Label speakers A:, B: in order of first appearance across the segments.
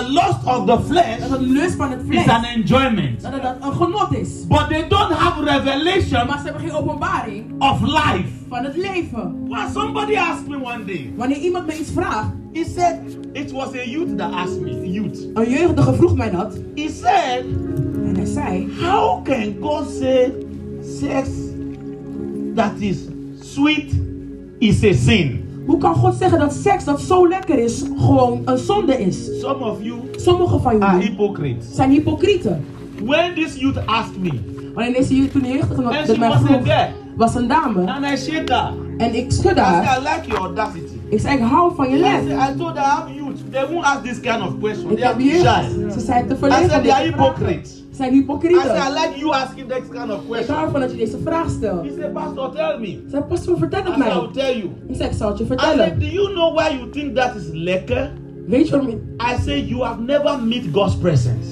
A: lust of the flesh
B: dat het lust van het
A: is
B: vlees,
A: an enjoyment.
B: dat het een genot is.
A: But they don't have revelation
B: Maar ze hebben geen openbaring
A: of life.
B: van het leven.
A: Well, somebody asked me one day.
B: Wanneer iemand me iets vraagt,
A: He said, it was a youth that asked me, youth.
B: een jeugdige vroeg mij dat,
A: He said,
B: en hij zei,
A: How can God say sex that is sweet is a sin?
B: hoe kan God zeggen dat seks dat zo lekker is, gewoon een zonde is?
A: Some of you
B: Sommigen van
A: are
B: jullie
A: hypocrites.
B: zijn hypocrieten.
A: When this youth asked me,
B: Wanneer deze jeugd- toen de jeugdige
A: En
B: dat
A: ze
B: dat mij
A: was een
B: vroeg,
A: dek.
B: was een dame,
A: and I said that,
B: en ik schudde
A: I, said,
B: haar.
A: I like your audacity.
B: Ik zei, ik hou van je
A: I, said,
B: lef.
A: I told her I'm youth. They won't ask this kind of question.
B: Ik
A: They are
B: heb
A: too
B: jeugd.
A: shy.
B: Ze zijn te
A: I
B: verlegen.
A: said
B: om
A: they are
B: dit te vragen.
A: hypocrites.
B: Ze zijn
A: I said I
B: hypocrieten.
A: like you asking this kind of
B: Ik
A: question.
B: hou ervan dat je deze vraag stelt.
A: He said, Pastor, tell me.
B: Ze zei, pastor, vertel
A: I
B: het
A: said, I'll
B: mij.
A: tell you.
B: Ik zei, ik zal het je
A: I said,
B: vertellen.
A: do you know why you think that is lekker?
B: Weet je waarom je...
A: I said, you have never met God's presence.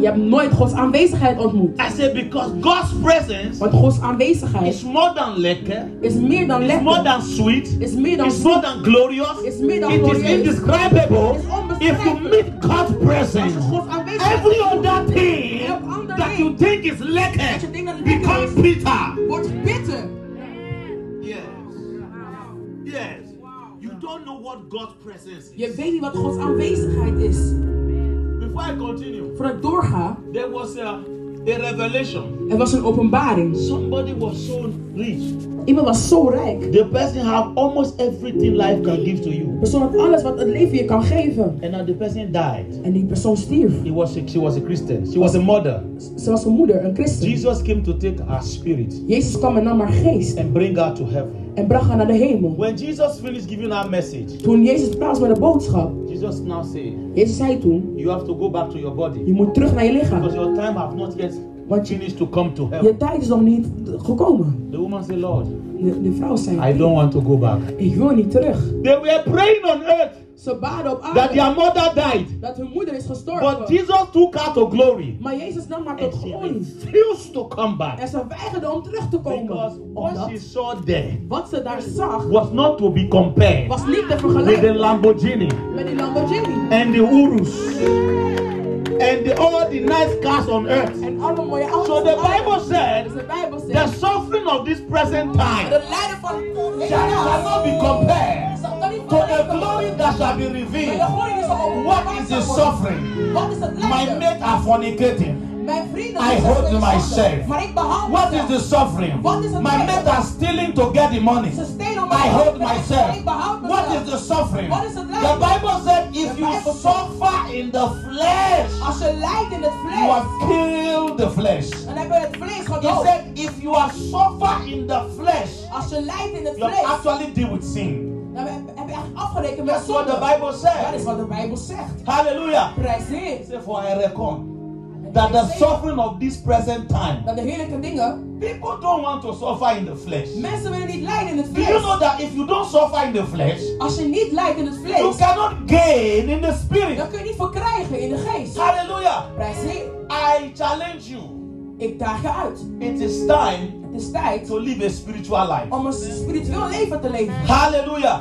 B: Je hebt nooit Gods aanwezigheid ontmoet.
A: I said, because God's presence
B: Want Gods
A: is
B: aanwezigheid
A: more than lekker,
B: is meer dan
A: it's more
B: lekker.
A: than sweet,
B: Is meer dan
A: it's more than glorious,
B: It's more than
A: it is
B: glorious.
A: indescribable.
B: It's
A: If you
B: unbeschrijfelijk.
A: meet God's
B: Als je
A: presence,
B: Gods aanwezigheid
A: every other thing
B: Elk ander
A: that you think
B: ding.
A: is
B: Dat je denkt dat
A: lekker
B: het lekker
A: becomes bitter.
B: wordt bitter.
A: Yes. Yes. You don't know what God's presence
B: Je
A: is.
B: weet niet wat Gods aanwezigheid is.
A: Before I continue,
B: Voordat ik doorga,
A: there was a, a revelation.
B: er was een openbaring.
A: Somebody was so rich.
B: Iemand was zo rijk. De
A: The person have almost everything life can give to you.
B: persoon had alles wat het leven je kan geven.
A: And now the person died.
B: En die persoon stierf.
A: He was a, she was a Christian. She was a mother.
B: Ze was een moeder, een christen.
A: Jesus came to take her spirit
B: Jezus kwam en nam haar geest
A: and bring her to heaven.
B: en bracht haar naar de hemel.
A: When Jesus finished giving her message,
B: Toen Jezus plaats met de boodschap,
A: Jesus now said,
B: Jezus zei toen,
A: You have to go back to your body
B: je moet terug naar je lichaam.
A: because your time have not yet
B: Want je,
A: finished to come to
B: je
A: heaven.
B: tijd is nog niet gekomen.
A: The woman said, Lord,
B: De, de vrouw
A: I
B: zei,
A: don't want to go back.
B: ik wil niet terug.
A: They were praying on earth
B: Ze baden op
A: that
B: aarde
A: their mother died,
B: dat hun moeder is
A: but
B: gestorven.
A: Jesus took her to glory.
B: Maar Jezus nam haar
A: And
B: tot
A: she
B: glorie.
A: refused to come back.
B: En ze weigerde om terug te komen.
A: Because what she
B: Omdat
A: saw there
B: wat ze daar zag
A: was not to be compared
B: was niet te
A: with the
B: vergelijken
A: Lamborghini
B: met die Lamborghini.
A: and the Urus and the, all the nice cars on earth.
B: En alle mooie auto's.
A: So the Bible said
B: Dus de Bijbel zegt.
A: the suffering of this present time
B: De lijden van
A: shall, shall not be compared
B: Zal kan niet
A: to the
B: vergelijken
A: glory that shall be
B: met de
A: revealed.
B: glorie die zal
A: What is the
B: openbaar worden.
A: suffering?
B: Wat is het
A: My
B: lijden?
A: mates are fornicating.
B: Mijn vrienden
A: I
B: zijn
A: hold
B: slechts
A: myself.
B: zonde, Maar ik behandel
A: What is
B: ze.
A: the suffering?
B: What is the
A: My
B: matter?
A: mates are stealing to get the money.
B: Ze stelen om
A: I
B: mijn
A: hold
B: geld, maar ik-
A: myself.
B: Ik behoud mezelf.
A: What is the suffering?
B: What is the life?
A: The Bible said if
B: The
A: you
B: Bible-
A: suffer in the flesh,
B: Als je lijdt in het
A: you have
B: vlees.
A: killed the flesh.
B: Dan heb je het vlees
A: He
B: gedood.
A: said if you are suffer in the flesh,
B: Als je lijdt in het
A: you
B: vlees.
A: have actually deal with sin.
B: Dan heb heb je echt afgerekend met
A: That's what the
B: zonde.
A: Bible
B: Dat is
A: said.
B: wat de Bijbel zegt.
A: Hallelujah.
B: Prijs Heer.
A: He said, For I reckon that the suffering of this present time,
B: Dat de heerlijke dingen.
A: people don't want to suffer in the flesh.
B: Mensen willen niet lijden in het
A: Do you know
B: vlees.
A: that if you don't suffer in the flesh,
B: Als je niet lijdt in het
A: you
B: vlees.
A: cannot gain in the
B: Dan
A: spirit?
B: kun je niet verkrijgen in de geest.
A: Hallelujah.
B: Prijs Heer.
A: I challenge you.
B: Ik daag je uit.
A: It is time
B: Het is tijd
A: to live a spiritual life.
B: om een spiritueel leven te leven.
A: Hallelujah.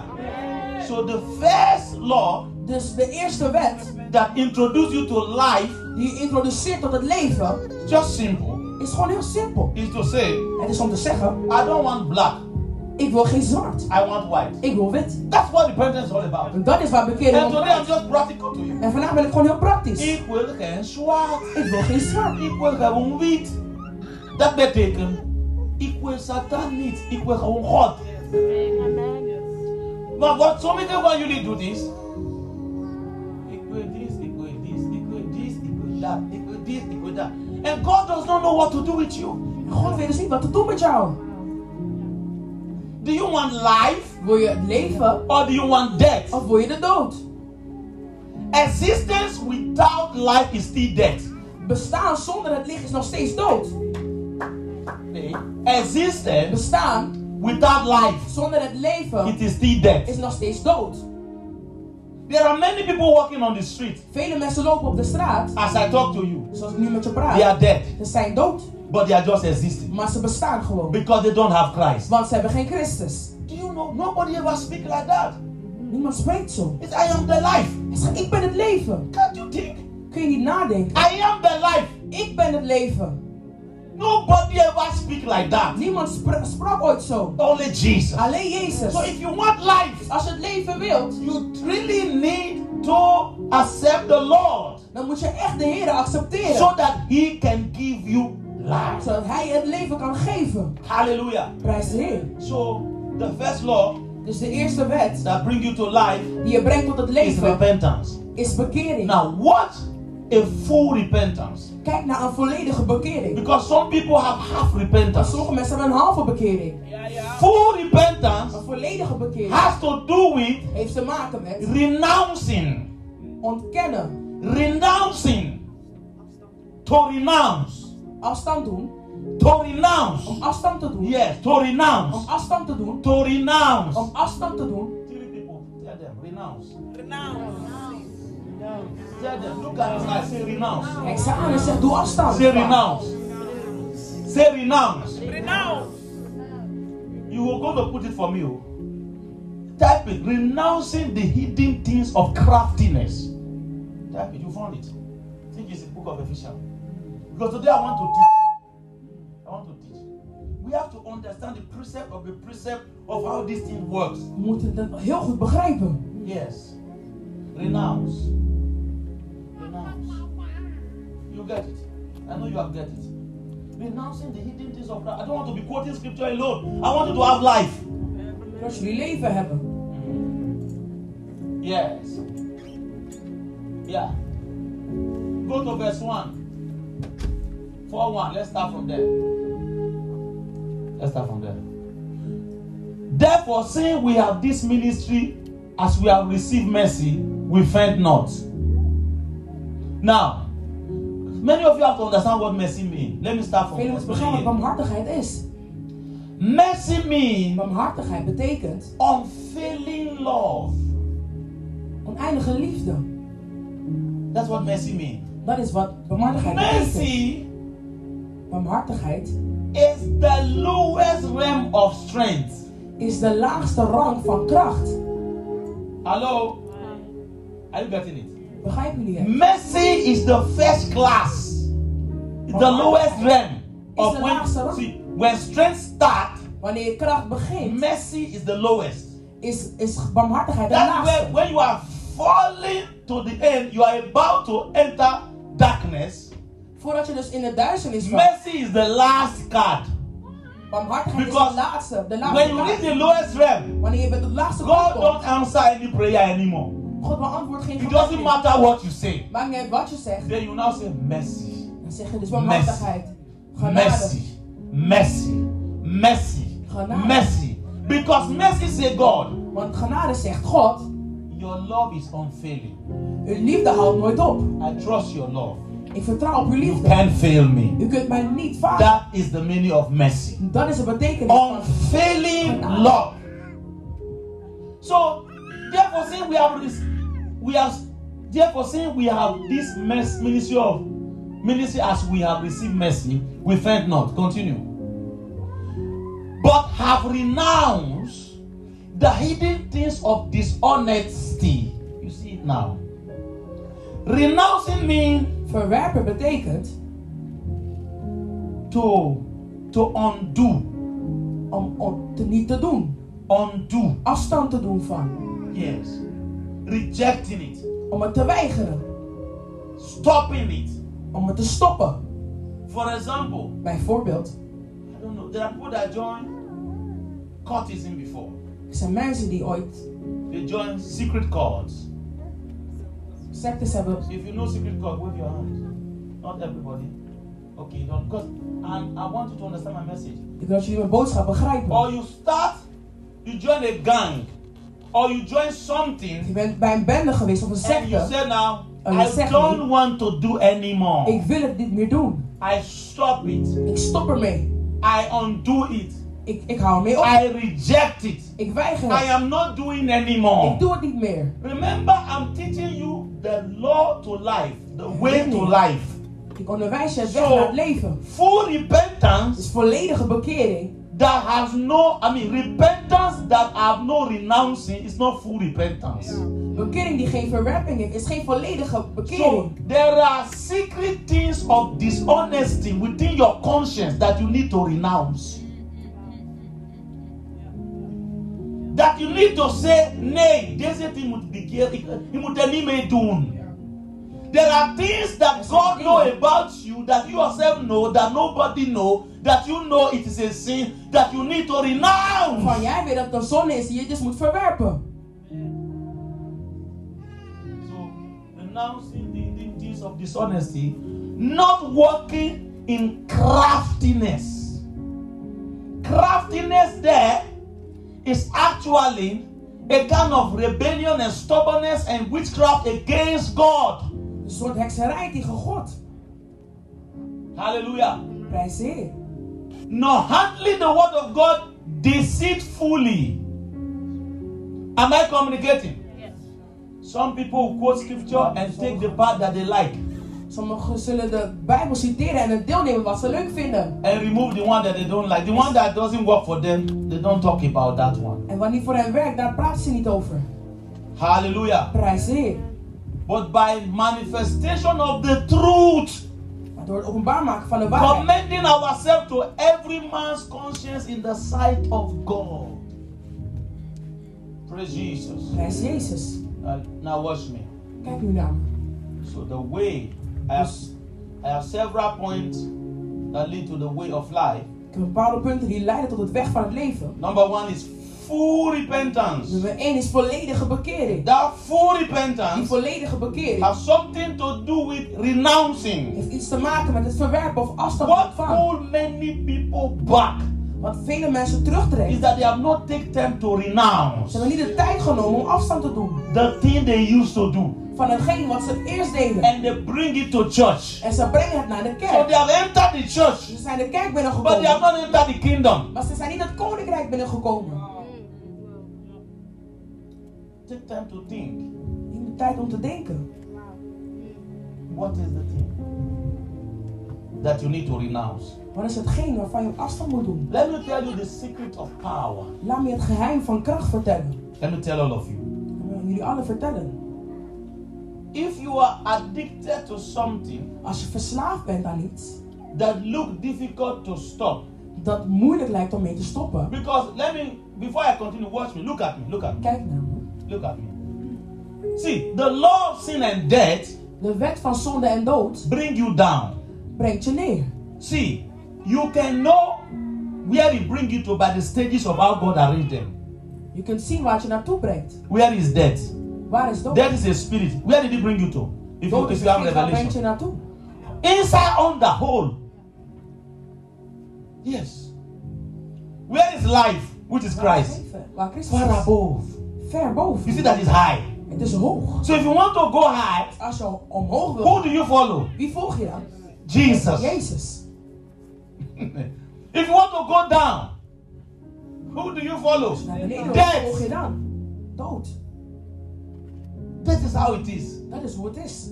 A: So the first law
B: Dus de eerste wet
A: that introduced you to life,
B: die je introduceert tot het leven
A: just simple,
B: is gewoon heel simpel.
A: is to say,
B: Het is om te zeggen,
A: I don't want black,
B: ik wil geen zwart,
A: I want white.
B: ik wil wit.
A: That's what repentance is all about.
B: En dat is waar bekering
A: And
B: om
A: today I'm
B: gaat.
A: just practical to you.
B: En vandaag ben ik gewoon heel praktisch.
A: Ik wil geen zwart.
B: Ik wil geen zwart.
A: Ik wil gewoon wit. Dat betekent, ik wil Satan niet. Ik wil gewoon God. Maar wat sommigen van jullie doen is, ik wil dit, ik wil dit, ik wil dit, ik wil dat, ik wil dit, ik wil dat. And God does not know what to do with you.
B: En God weet dus niet wat te doen met jou.
A: Do you want life
B: Wil je het leven
A: or do you want death?
B: of wil je de dood?
A: Existence without life is still death.
B: Bestaan zonder het licht is nog steeds dood.
A: Nee. Existence
B: Bestaan
A: without life,
B: zonder het leven
A: it is still
B: is
A: death.
B: nog steeds dood.
A: There are many people walking on the street
B: Vele mensen lopen op de straat,
A: as I talk to you.
B: zoals ik nu met je
A: They
B: praat.
A: are dead,
B: Ze zijn dood,
A: but they are just existing
B: maar ze bestaan gewoon.
A: because they don't have Christ.
B: Want ze hebben geen Christus.
A: Do you know nobody ever speak like that?
B: Niemand spreekt zo.
A: It's I am the life.
B: Hij zegt, ik ben het leven.
A: Can't you think?
B: kun je niet nadenken.
A: I am the life.
B: Ik ben het leven.
A: Nobody ever speak like that.
B: Niemand spra- sprak ooit zo.
A: Only Jesus.
B: Alleen
A: So
B: Jezus.
A: if you want life,
B: Als je het leven wilt,
A: you really need to accept the Lord
B: dan moet je echt de Heer accepteren.
A: so that He can give you life.
B: Zodat Hij het leven kan geven.
A: Hallelujah.
B: Prijs de Heer.
A: So the first law
B: Dus de eerste wet
A: that bring you to life
B: die je brengt tot het
A: is
B: leven
A: repentance.
B: is bekering.
A: Now, what a full repentance.
B: Kijk naar een volledige bekering.
A: Because some people have half
B: Want
A: repentance.
B: sommige mensen hebben een halve bekering.
A: Full repentance
B: Een volledige bekering
A: has to do with
B: heeft te maken met
A: renouncing.
B: ontkennen,
A: Renouncing. To renounce.
B: afstand doen,
A: To renounce.
B: om afstand te doen,
A: Yes, to
B: om
A: renounce.
B: afstand te doen,
A: To renounce.
B: om afstand te doen.
A: Three people, tell them, renounce. Renounce. Tell them, look at this guy, say renounce.
B: Kijk ze aan en zeg doe afstand.
A: Say renounce. Say renounce. You were going to put it for me. oh. Type it. Renouncing the hidden things of craftiness. Type it. You found it. I think it's the book of Ephesians. Because today I want to teach. I want to teach. We have to understand the precept of the precept of how this thing works.
B: We moeten dat heel goed begrijpen.
A: Yes. Renounce. Renounce. You get it. I know you have get it. Renouncing the hidden things of craftiness. I don't want to be quoting scripture alone. I want you to have life.
B: Dat jullie leven hebben.
A: Yes. Yeah. Go to verse 1. 4 1. Let's start from there. Let's start from there. Therefore, seeing we have this ministry, as we have received mercy, we faint not. Now, many of you have to understand what mercy means. Let me start from
B: Velen
A: verse
B: moeten begrijpen wat
A: 28.
B: barmhartigheid is.
A: Mercy means
B: Barmhartigheid betekent
A: unfailing love.
B: oneindige liefde.
A: That's what mercy means.
B: Dat is wat barmhartigheid betekent.
A: Mercy
B: Barmhartigheid
A: is the lowest realm of strength.
B: is de laagste rang van kracht.
A: Hello? Are you getting
B: Begrijpen jullie
A: it?
B: het?
A: Mercy is the first class, It's the lowest realm of
B: the last
A: when,
B: one.
A: see, when strength starts,
B: Wanneer je kracht begint,
A: mercy is the lowest.
B: is, is barmhartigheid de
A: That's where
B: laagste.
A: when you are falling to the end, you are about to enter darkness.
B: Voordat je dus in de duisternis valt.
A: Mercy is the last card.
B: Barmhartigheid is de
A: Because
B: laatste. De
A: When
B: laatste
A: you reach
B: kracht.
A: the lowest realm,
B: Wanneer je bij de laagste kracht
A: God
B: komt,
A: don't answer any prayer anymore.
B: God beantwoordt geen
A: It
B: gebed
A: doesn't
B: meer.
A: matter what you say.
B: Maakt niet uit wat je zegt.
A: Then you now say mercy.
B: Dan zeg je dus barmhartigheid. Genade.
A: mercy, mercy, mercy,
B: Genade.
A: mercy. Because mercy say God,
B: Want genade zegt God,
A: your love is unfailing.
B: uw liefde houdt nooit op.
A: I trust your love.
B: Ik vertrouw op uw
A: You
B: liefde.
A: can't fail me.
B: U kunt mij niet falen.
A: That is the meaning of mercy.
B: Dat is de betekenis van
A: Unfailing love. So therefore saying we have this, we have therefore saying we have this mess ministry of ministry as we have received mercy, we faint not. Continue. but have renounced the hidden things of dishonesty. You see it now. Renouncing means
B: verwerpen betekent
A: to to undo,
B: om, om te niet te doen.
A: undo.
B: Afstand te doen van.
A: Yes, rejecting it,
B: Om het te weigeren.
A: stopping it.
B: Om het te stoppen.
A: For example,
B: Bijvoorbeeld,
A: I don't know. There are people that joined cultism before.
B: er zijn mensen die ooit
A: They join secret cults.
B: sectes hebben.
A: If you know secret code, wave your hand. Not everybody. Okay, no, because and I want you to understand my message.
B: Ik wil dat jullie mijn boodschap begrijpen.
A: Or you start, you join a gang, or you join something,
B: Je bent bij een bende geweest of een
A: and you
B: secte.
A: say now,
B: Oh, you
A: I
B: second.
A: don't want to do
B: Ik
A: anymore.
B: wil het niet meer doen.
A: I stop it.
B: Ik stop ermee.
A: I undo it.
B: Ik, ik hou ermee op.
A: I reject it.
B: Ik weiger
A: I
B: het.
A: am not doing
B: Ik
A: anymore.
B: doe het niet meer.
A: Remember, I'm teaching you the law to life, the way to life.
B: Ik onderwijs je het weg
A: Zo.
B: naar het leven.
A: Full repentance
B: Dus volledige bekering.
A: that has no, I mean, repentance that have no renouncing is not full repentance.
B: Bekering die geen verwerping heeft, is geen volledige
A: So
B: bekering.
A: there are secret things of dishonesty within your conscience that you need to renounce. That you need to say, nay, deze thing moet bekeer- je moet er niet mee doen. There are things that God know about you that you yourself know that nobody know that you know it is a sin that you need to
B: Van
A: renounce.
B: jij weet dat er zonde is die je dus moet verwerpen.
A: So, renouncing the, the things of dishonesty, not walking in craftiness. Craftiness there is actually a kind of rebellion and stubbornness and witchcraft against God.
B: Een soort hekserij tegen God.
A: Hallelujah.
B: Prijs Heer.
A: nor handling the word of God deceitfully. Am I communicating? Yes. Some people will quote scripture and take the part that they like
B: Sommigen zullen de Bijbel citeren en het deelnemen wat ze leuk vinden.
A: and remove the one that they don't like. The one that doesn't work for them, they don't talk about that one.
B: En wat niet voor hen werkt, daar praten ze niet over.
A: Hallelujah.
B: Prijs Heer.
A: But by manifestation of the truth,
B: Maar door het openbaar maken van de waarheid.
A: commending ourselves to every man's conscience in the sight of God. Praise Jesus.
B: Prijs Jezus.
A: Uh, now watch me.
B: Kijk nu naar me.
A: So the way I have, I have several points that lead to the way of life.
B: Ik heb bepaalde punten die leiden tot het weg van het leven.
A: Number one is full repentance.
B: Nummer 1 is volledige bekering.
A: That full
B: Die
A: repentance
B: volledige bekering
A: has something to do with renouncing
B: heeft iets te maken met het verwerpen of afstand
A: what
B: van.
A: pulled many people back
B: Wat vele mensen
A: is
B: terugtrekt.
A: that they have not taken time to renounce
B: Ze hebben niet de tijd genomen om afstand te doen
A: the thing they used to do
B: van hetgeen wat ze eerst deden.
A: and they bring it to church.
B: En ze brengen het naar de
A: So
B: kerk.
A: they have entered the church,
B: Ze zijn de kerk
A: but they have
B: binnengekomen.
A: not entered the kingdom.
B: Maar ze zijn niet het koninkrijk binnengekomen.
A: Take time to think.
B: Niet de tijd om te denken.
A: What is the thing that you need to renounce?
B: Wat is hetgeen waarvan je afstand moet doen?
A: Let me tell you the secret of power.
B: Laat me het geheim van kracht vertellen.
A: Let me tell all of you.
B: Dat wil ik jullie allen vertellen.
A: If you are addicted to something
B: Als je verslaafd bent aan iets,
A: that look difficult to stop,
B: dat moeilijk lijkt om mee te stoppen.
A: because let me, before I continue, watch me. Look at me. Look at me.
B: Kijk naar me.
A: Look at me. See, the law of sin and death
B: De wet van zonde en dood
A: bring you down.
B: brengt je neer.
A: See, you can know where it bring you to by the stages of how God arranged them.
B: Je kunt zien waar het je naartoe brengt.
A: Where is death?
B: Waar is dood?
A: Death is a spirit. Where did it bring you to? If you,
B: Dood
A: if
B: is
A: you have
B: hetgeen waar brengt
A: revelation.
B: je naartoe.
A: inside on the whole. Yes. Where is life, which is
B: Waar is
A: Christ?
B: leven? Waar Christus
A: Far
B: is.
A: above.
B: Ver
A: You
B: boven.
A: see that is high.
B: Het is hoog.
A: So if you want to go high,
B: Als je omhoog wil,
A: who do you follow?
B: wie volg je dan?
A: Jesus.
B: Jezus.
A: if you want to go down, who do you follow?
B: Naar beneden wil, wie volg je
A: Death.
B: dan? Dood.
A: That is how it is.
B: Dat is hoe het is.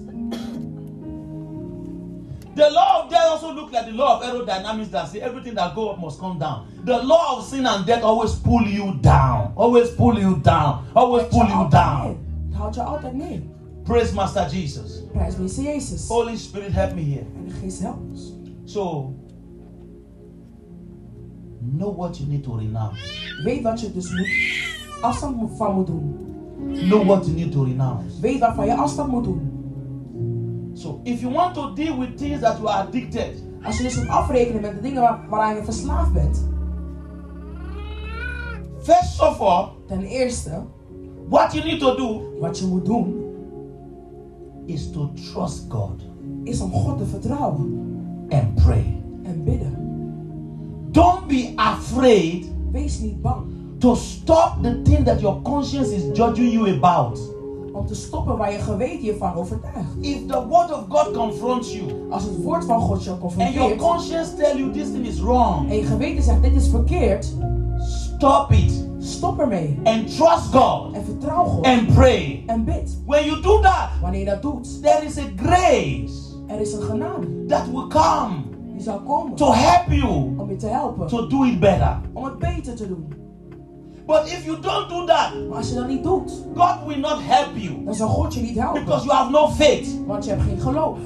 A: The law of death also looks like the law of aerodynamics that say everything that go up must come down. The law of sin and death always pull you down. Always pull you down. Always pull
B: Het
A: you
B: houdt
A: down.
B: neer. Het houdt je altijd neer.
A: Praise Master Jesus.
B: Prijs wees Jezus.
A: Holy Spirit, help me here.
B: En de geest helpt ons.
A: So, know what you need to renounce.
B: Weet wat je dus moet, afstand moet- van moet doen.
A: Know what you need to renounce.
B: Weet waarvan je afstand moet doen.
A: So, if you want to deal with things that you are addicted,
B: Als je dus moet afrekenen met de dingen waar, waaraan je verslaafd bent.
A: first of all,
B: Ten eerste,
A: what you need to do
B: wat je moet doen,
A: is to trust God
B: is om God te vertrouwen
A: and pray.
B: en bidden.
A: Don't be afraid
B: Wees niet bang
A: to stop the thing that your conscience is judging you about.
B: om te stoppen waar je geweten je van overtuigt.
A: If the word of God confronts you
B: Als het woord van God je
A: and your
B: confronteert
A: conscience tell you this thing is wrong,
B: en je geweten zegt dit is verkeerd,
A: stop it
B: stop ermee.
A: and trust God
B: En vertrouw God
A: and pray.
B: en bid.
A: When you do that,
B: Wanneer je dat doet,
A: there is a grace
B: er is een genade
A: that will come
B: die zal komen
A: to help you
B: om je te helpen.
A: to do it better.
B: Om het beter te doen.
A: But if you don't do that,
B: Maar als je dat niet doet,
A: God will not help you
B: dan zal God je niet helpen.
A: because you have no faith.
B: Want je hebt geen geloof.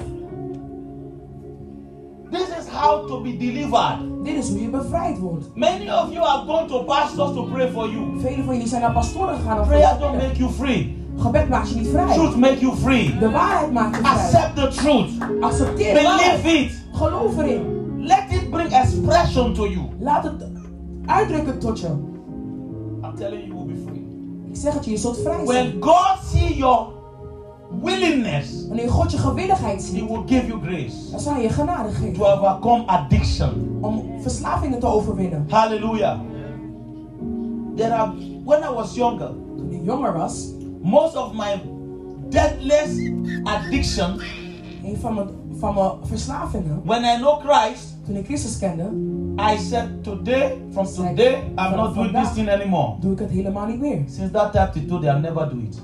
A: This is how to be delivered.
B: Dit is hoe je bevrijd wordt.
A: Many of you have gone to pastors to pray for you.
B: Velen van jullie zijn naar pastoren gegaan. om voor
A: Prayer
B: te
A: don't
B: bidden.
A: make you free.
B: Gebed maakt je niet vrij.
A: Truth make you free.
B: De waarheid maakt je vrij.
A: Accept the truth.
B: Accepteer de
A: Believe
B: waarheid.
A: it.
B: Geloof erin.
A: Let it bring expression to you.
B: Laat het uitdrukken tot je.
A: I'm telling you, you will be free.
B: Ik zeg het je, je zult vrij zijn.
A: When God see your willingness,
B: Wanneer God je gewilligheid
A: He
B: ziet,
A: will give you grace
B: dan zal hij je genade
A: to
B: geven.
A: overcome addiction.
B: Om verslavingen te overwinnen.
A: Hallelujah. There are when I was younger,
B: Toen ik jonger was,
A: most of my deathless addiction,
B: een van mijn, van mijn verslavingen,
A: when I know Christ,
B: toen ik Christus kende,
A: I said today, from today, I'm not doing this thing anymore.
B: doe ik het helemaal niet meer.
A: Since that time to today, I'll never do it.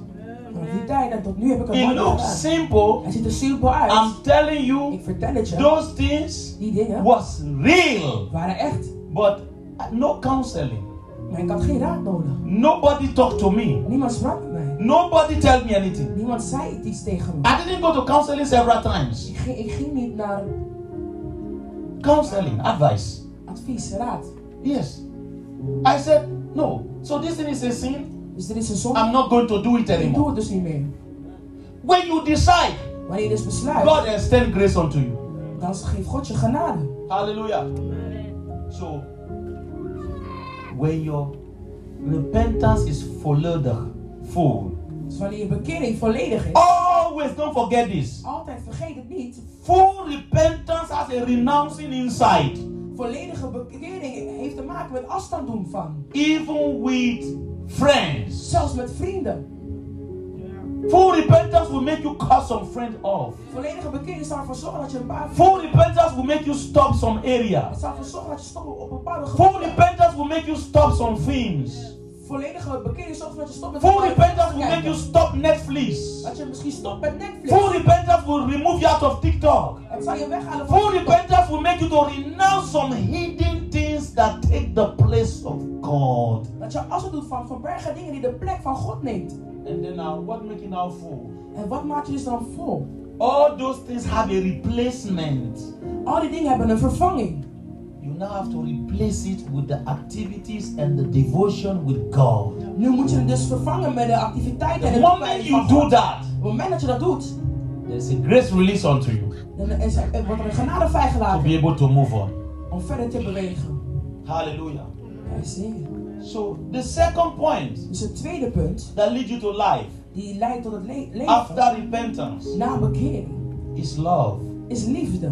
B: Vanaf die tijd en tot nu heb ik een
A: It
B: wandel
A: looks
B: gedaan.
A: simple.
B: Hij ziet er simpel uit.
A: I'm telling
B: ik
A: you,
B: vertel het je.
A: those things
B: die dingen
A: was real.
B: waren echt.
A: But uh, no counseling.
B: Maar ik had geen raad nodig.
A: Nobody talked to me.
B: Niemand sprak met mij.
A: Nobody tell me anything.
B: Niemand zei iets tegen me.
A: I didn't go to counseling several times.
B: Ik ging, ik ging niet naar
A: Counseling, advice.
B: advies, raad.
A: Yes. I said, no. So this thing is a sin.
B: Dus dit is een zonde.
A: I'm not going to do it
B: Ik doe
A: anymore.
B: het dus niet meer.
A: When you decide,
B: Wanneer je dus besluit,
A: God extend grace unto you.
B: dan geeft God je genade.
A: Hallelujah. So, when your repentance is volledig, full,
B: Dus wanneer je bekering volledig is,
A: always don't forget this.
B: altijd vergeet het niet.
A: Full repentance has a renouncing inside.
B: Volledige bekering heeft te maken met afstand doen van.
A: even with friends.
B: Zelfs met vrienden.
A: Full repentance will make you cut some friends off.
B: Volledige bekering zal ervoor zorgen dat je een paar
A: Full repentance will make you stop some area.
B: Het zal ervoor zorgen dat je stopt op bepaalde
A: Full
B: gebieden.
A: repentance will make you stop some things.
B: Volledige bekering zorgt ervoor dat je stopt met
A: Full
B: bepaalde
A: repentance will
B: films
A: make
B: kijken.
A: you stop Netflix.
B: Dat je misschien stopt met Netflix.
A: Full repentance will remove you out of TikTok.
B: Het zal je weghalen van
A: Full
B: TikTok.
A: repentance will make you to renounce some hidden things that take the place of God.
B: Dat je afstand doet van verbergen dingen die de plek van God neemt.
A: And then now, what making now full?
B: En wat maakt je dus dan vol?
A: All those things have a replacement.
B: Al die dingen hebben een vervanging.
A: You now have to replace it with the activities and the devotion with God.
B: Nu moet je het dus vervangen met de activiteiten en
A: The
B: de
A: moment
B: toewijding
A: you
B: van
A: do
B: God.
A: that,
B: Op het moment dat je dat doet,
A: there's a grace release onto you
B: dan is er, er wordt er een genade
A: to
B: vrijgelaten
A: be able to move on.
B: om verder te bewegen.
A: Hallelujah.
B: Ja, zie je.
A: So the second point
B: Dus het tweede punt,
A: that leads you to life
B: die leidt tot het le- leven
A: after repentance
B: na bekering,
A: is love.
B: is liefde.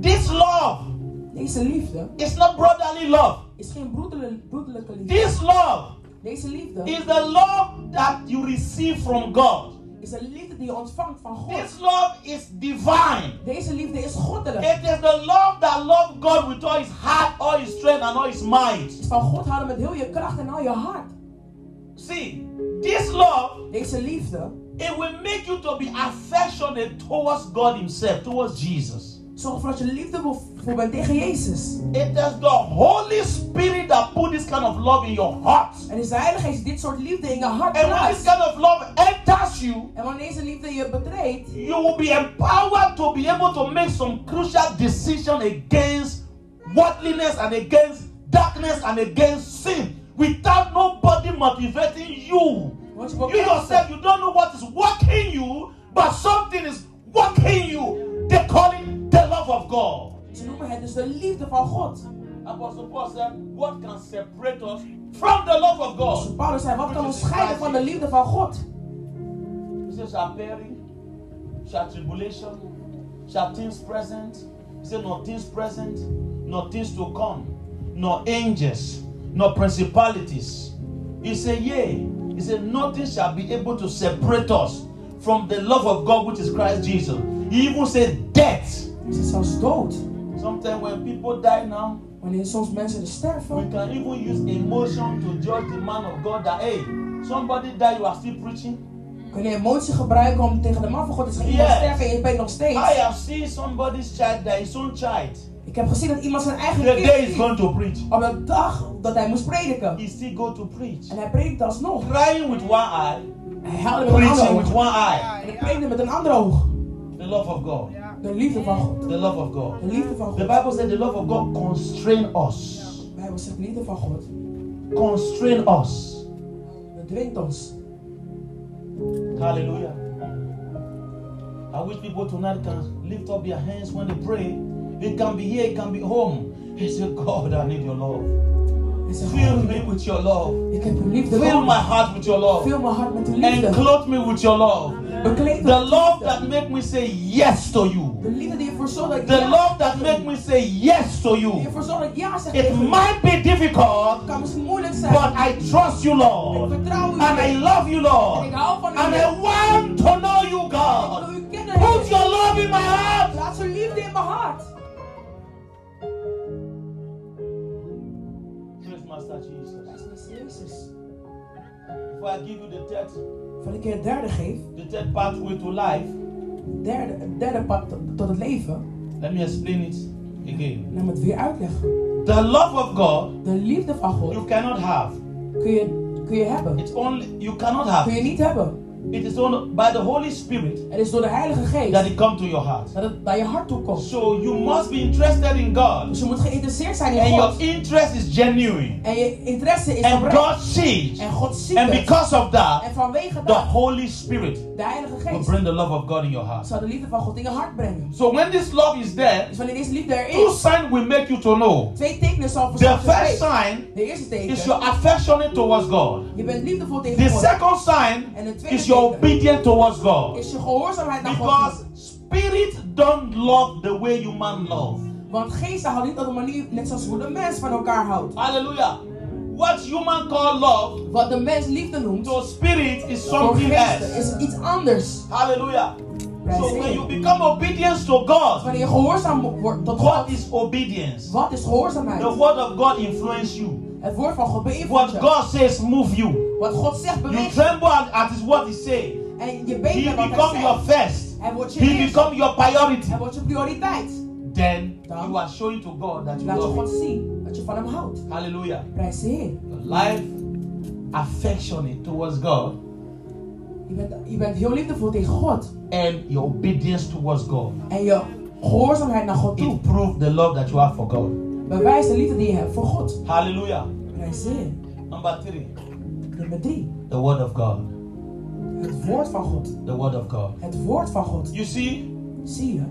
A: This love
B: Deze liefde
A: is not brotherly love.
B: is geen broederlijke, broederlijke liefde.
A: This love
B: Deze liefde
A: is the love that you receive from God.
B: is een liefde die je ontvangt van God.
A: This love is divine.
B: Deze liefde is goddelijk.
A: It is the love that loved God with all his heart, all his strength, and all his might.
B: Van God houden met heel je kracht en al je hart.
A: See, this love,
B: Deze liefde
A: it will make you to be affectionate towards God Himself, towards Jesus.
B: zorgt ervoor dat je liefdevol bent tegen Jezus.
A: It is the Holy Spirit that put this kind of love in your heart.
B: En is de Heilige Geest die dit soort liefde in je hart
A: And when this
B: plaatst.
A: kind of love enters you,
B: En wanneer deze liefde je betreedt,
A: you will be empowered to be able to make some crucial decision against worldliness and against darkness and against sin without nobody motivating you.
B: word je
A: You yourself,
B: bekrachtigd.
A: you don't know what is working you, but something is working you. They call it the love of God.
B: Ze noemen het dus de liefde van God.
A: Apostle Paul said, What can separate us from the love of
B: Dus
A: God?
B: Paulus zei, wat kan ons scheiden van de liefde van God?
A: He says, Shall peril, shall tribulation, shall things present. He said, Nor things present, nor things to come, nor angels, nor principalities. He said, Yea. He said, Nothing shall be able to separate us from the love of God which is Christ Jesus. He even said, Death.
B: Ze is zelfs dood.
A: Sometimes when people die now,
B: Wanneer soms mensen er
A: we
B: sterven,
A: can even use emotion to judge the man of God that hey, somebody died, you are still preaching.
B: kun je emotie gebruiken om tegen de man van God te zeggen,
A: Yes. Ah,
B: iemand sterven en je bent nog steeds.
A: I have seen somebody's child die his own child.
B: Ik Ik heb gezien dat iemand zijn eigen
A: The
B: kind
A: day is
B: liep.
A: going to preach.
B: Op een dag dat hij moest prediken.
A: He still go to preach.
B: En hij predikte alsnog.
A: Crying with one eye,
B: Hij huilde met een ander
A: preaching with
B: oog.
A: one eye.
B: En hij predikte met een ander oog.
A: The love of God.
B: De liefde van God.
A: The love of God.
B: De liefde van God.
A: The
B: De
A: Bible said the love of God constrain us.
B: Bijbel zegt de liefde van God.
A: Constrain us.
B: Dat dwingt ons.
A: Hallelujah. I wish people tonight can lift up their hands when they pray. It can be here, it can be home. He said, God, I need your love.
B: En zeg,
A: Fill
B: God,
A: me with your love.
B: ik heb uw liefde
A: Fill my
B: nodig.
A: heart with your love.
B: Vul mijn hart met uw
A: And
B: liefde.
A: clothe me with your love.
B: Bekleed
A: The
B: me met
A: love
B: liefde.
A: that make me say yes to you.
B: De liefde die ervoor zorgt dat ik
A: The
B: ja
A: love
B: zeg
A: that make
B: tegen
A: me say yes to
B: u. Die
A: you.
B: ervoor zorgt dat ik ja zeg
A: It
B: tegen u.
A: might be
B: Het
A: difficult,
B: kan misschien moeilijk zijn.
A: but I trust you,
B: ik
A: Lord.
B: vertrouw u.
A: And I love you,
B: en ik
A: Lord.
B: hou van u.
A: And I want to know you,
B: ik
A: God.
B: wil u kennen.
A: Put your love in my heart.
B: Laat uw liefde in mijn hart.
A: Praise Master Jesus.
B: Jezus, Jezus.
A: Before I give you the third,
B: Van ik je een derde geef,
A: the third pathway to life,
B: derde, een derde pad tot, tot het leven,
A: let me explain it again.
B: laat me het weer uitleggen.
A: The love of God
B: De liefde van God
A: you cannot have.
B: kun je, kun je hebben,
A: It's only you cannot have.
B: kun je
A: It
B: niet hebben.
A: It is only by the Holy Spirit
B: Het is door de Heilige
A: that
B: Geest
A: it comes to your heart.
B: dat het bij je hart toe komt.
A: So you must be interested in God,
B: Dus je moet geïnteresseerd zijn in
A: and your
B: God.
A: interest is genuine,
B: En je interesse is
A: and
B: oprecht.
A: God sees.
B: En God ziet
A: And
B: het.
A: because of that,
B: En vanwege
A: the
B: dat,
A: Holy Spirit
B: de Heilige
A: will
B: Geest
A: bring the love of God in your heart.
B: zal de liefde van God in je hart brengen.
A: So when this love is there,
B: Dus wanneer deze liefde er
A: two
B: is,
A: signs will make you to know.
B: twee tekenen zal
A: The
B: verzorgen.
A: first sign
B: De eerste teken,
A: is your affectionate towards God.
B: je bent liefdevol
A: The
B: tegen God.
A: second sign
B: En het tweede
A: is your
B: teken
A: obedience towards God.
B: is je gehoorzaamheid naar God.
A: Because spirit don't love the way human love.
B: Want geesten houden niet op een manier net zoals hoe de mens van elkaar houdt.
A: Hallelujah. What human call love
B: Wat de mens liefde noemt,
A: to spirit is
B: voor
A: something
B: geesten
A: else.
B: is iets anders.
A: Hallelujah.
B: Wij
A: So when
B: zeggen,
A: you become obedience to God,
B: Wanneer je gehoorzaam wordt tot God,
A: what is obedience?
B: wat is gehoorzaamheid?
A: The word of God influence you.
B: Het woord van God beïnvloedt
A: What
B: je.
A: God says move you.
B: Wat God zegt
A: You
B: beweegt je.
A: tremble at, at his what he say.
B: En je
A: He
B: benen wat
A: become
B: hij
A: your
B: zegt.
A: first.
B: Hij wordt je
A: He
B: eerste.
A: become your priority.
B: Hij wordt je prioriteit.
A: then
B: Dan-
A: you are showing to God that you
B: Laat je
A: love
B: God
A: Him.
B: zien dat je van hem houdt.
A: Hallelujah.
B: Prijs de Heer.
A: Your life affectionate towards God
B: Je bent, je bent heel liefdevol tegen God.
A: and your obedience towards God.
B: En je gehoorzaamheid naar God toe
A: It proves the love that you have for God.
B: bewijst de liefde die je hebt voor God.
A: Hallelujah.
B: Prijs de Heer.
A: Number three,
B: Nummer drie.
A: the word of God.
B: Het woord van God.
A: The word of God.
B: Het woord van God.
A: You see,
B: Zie je?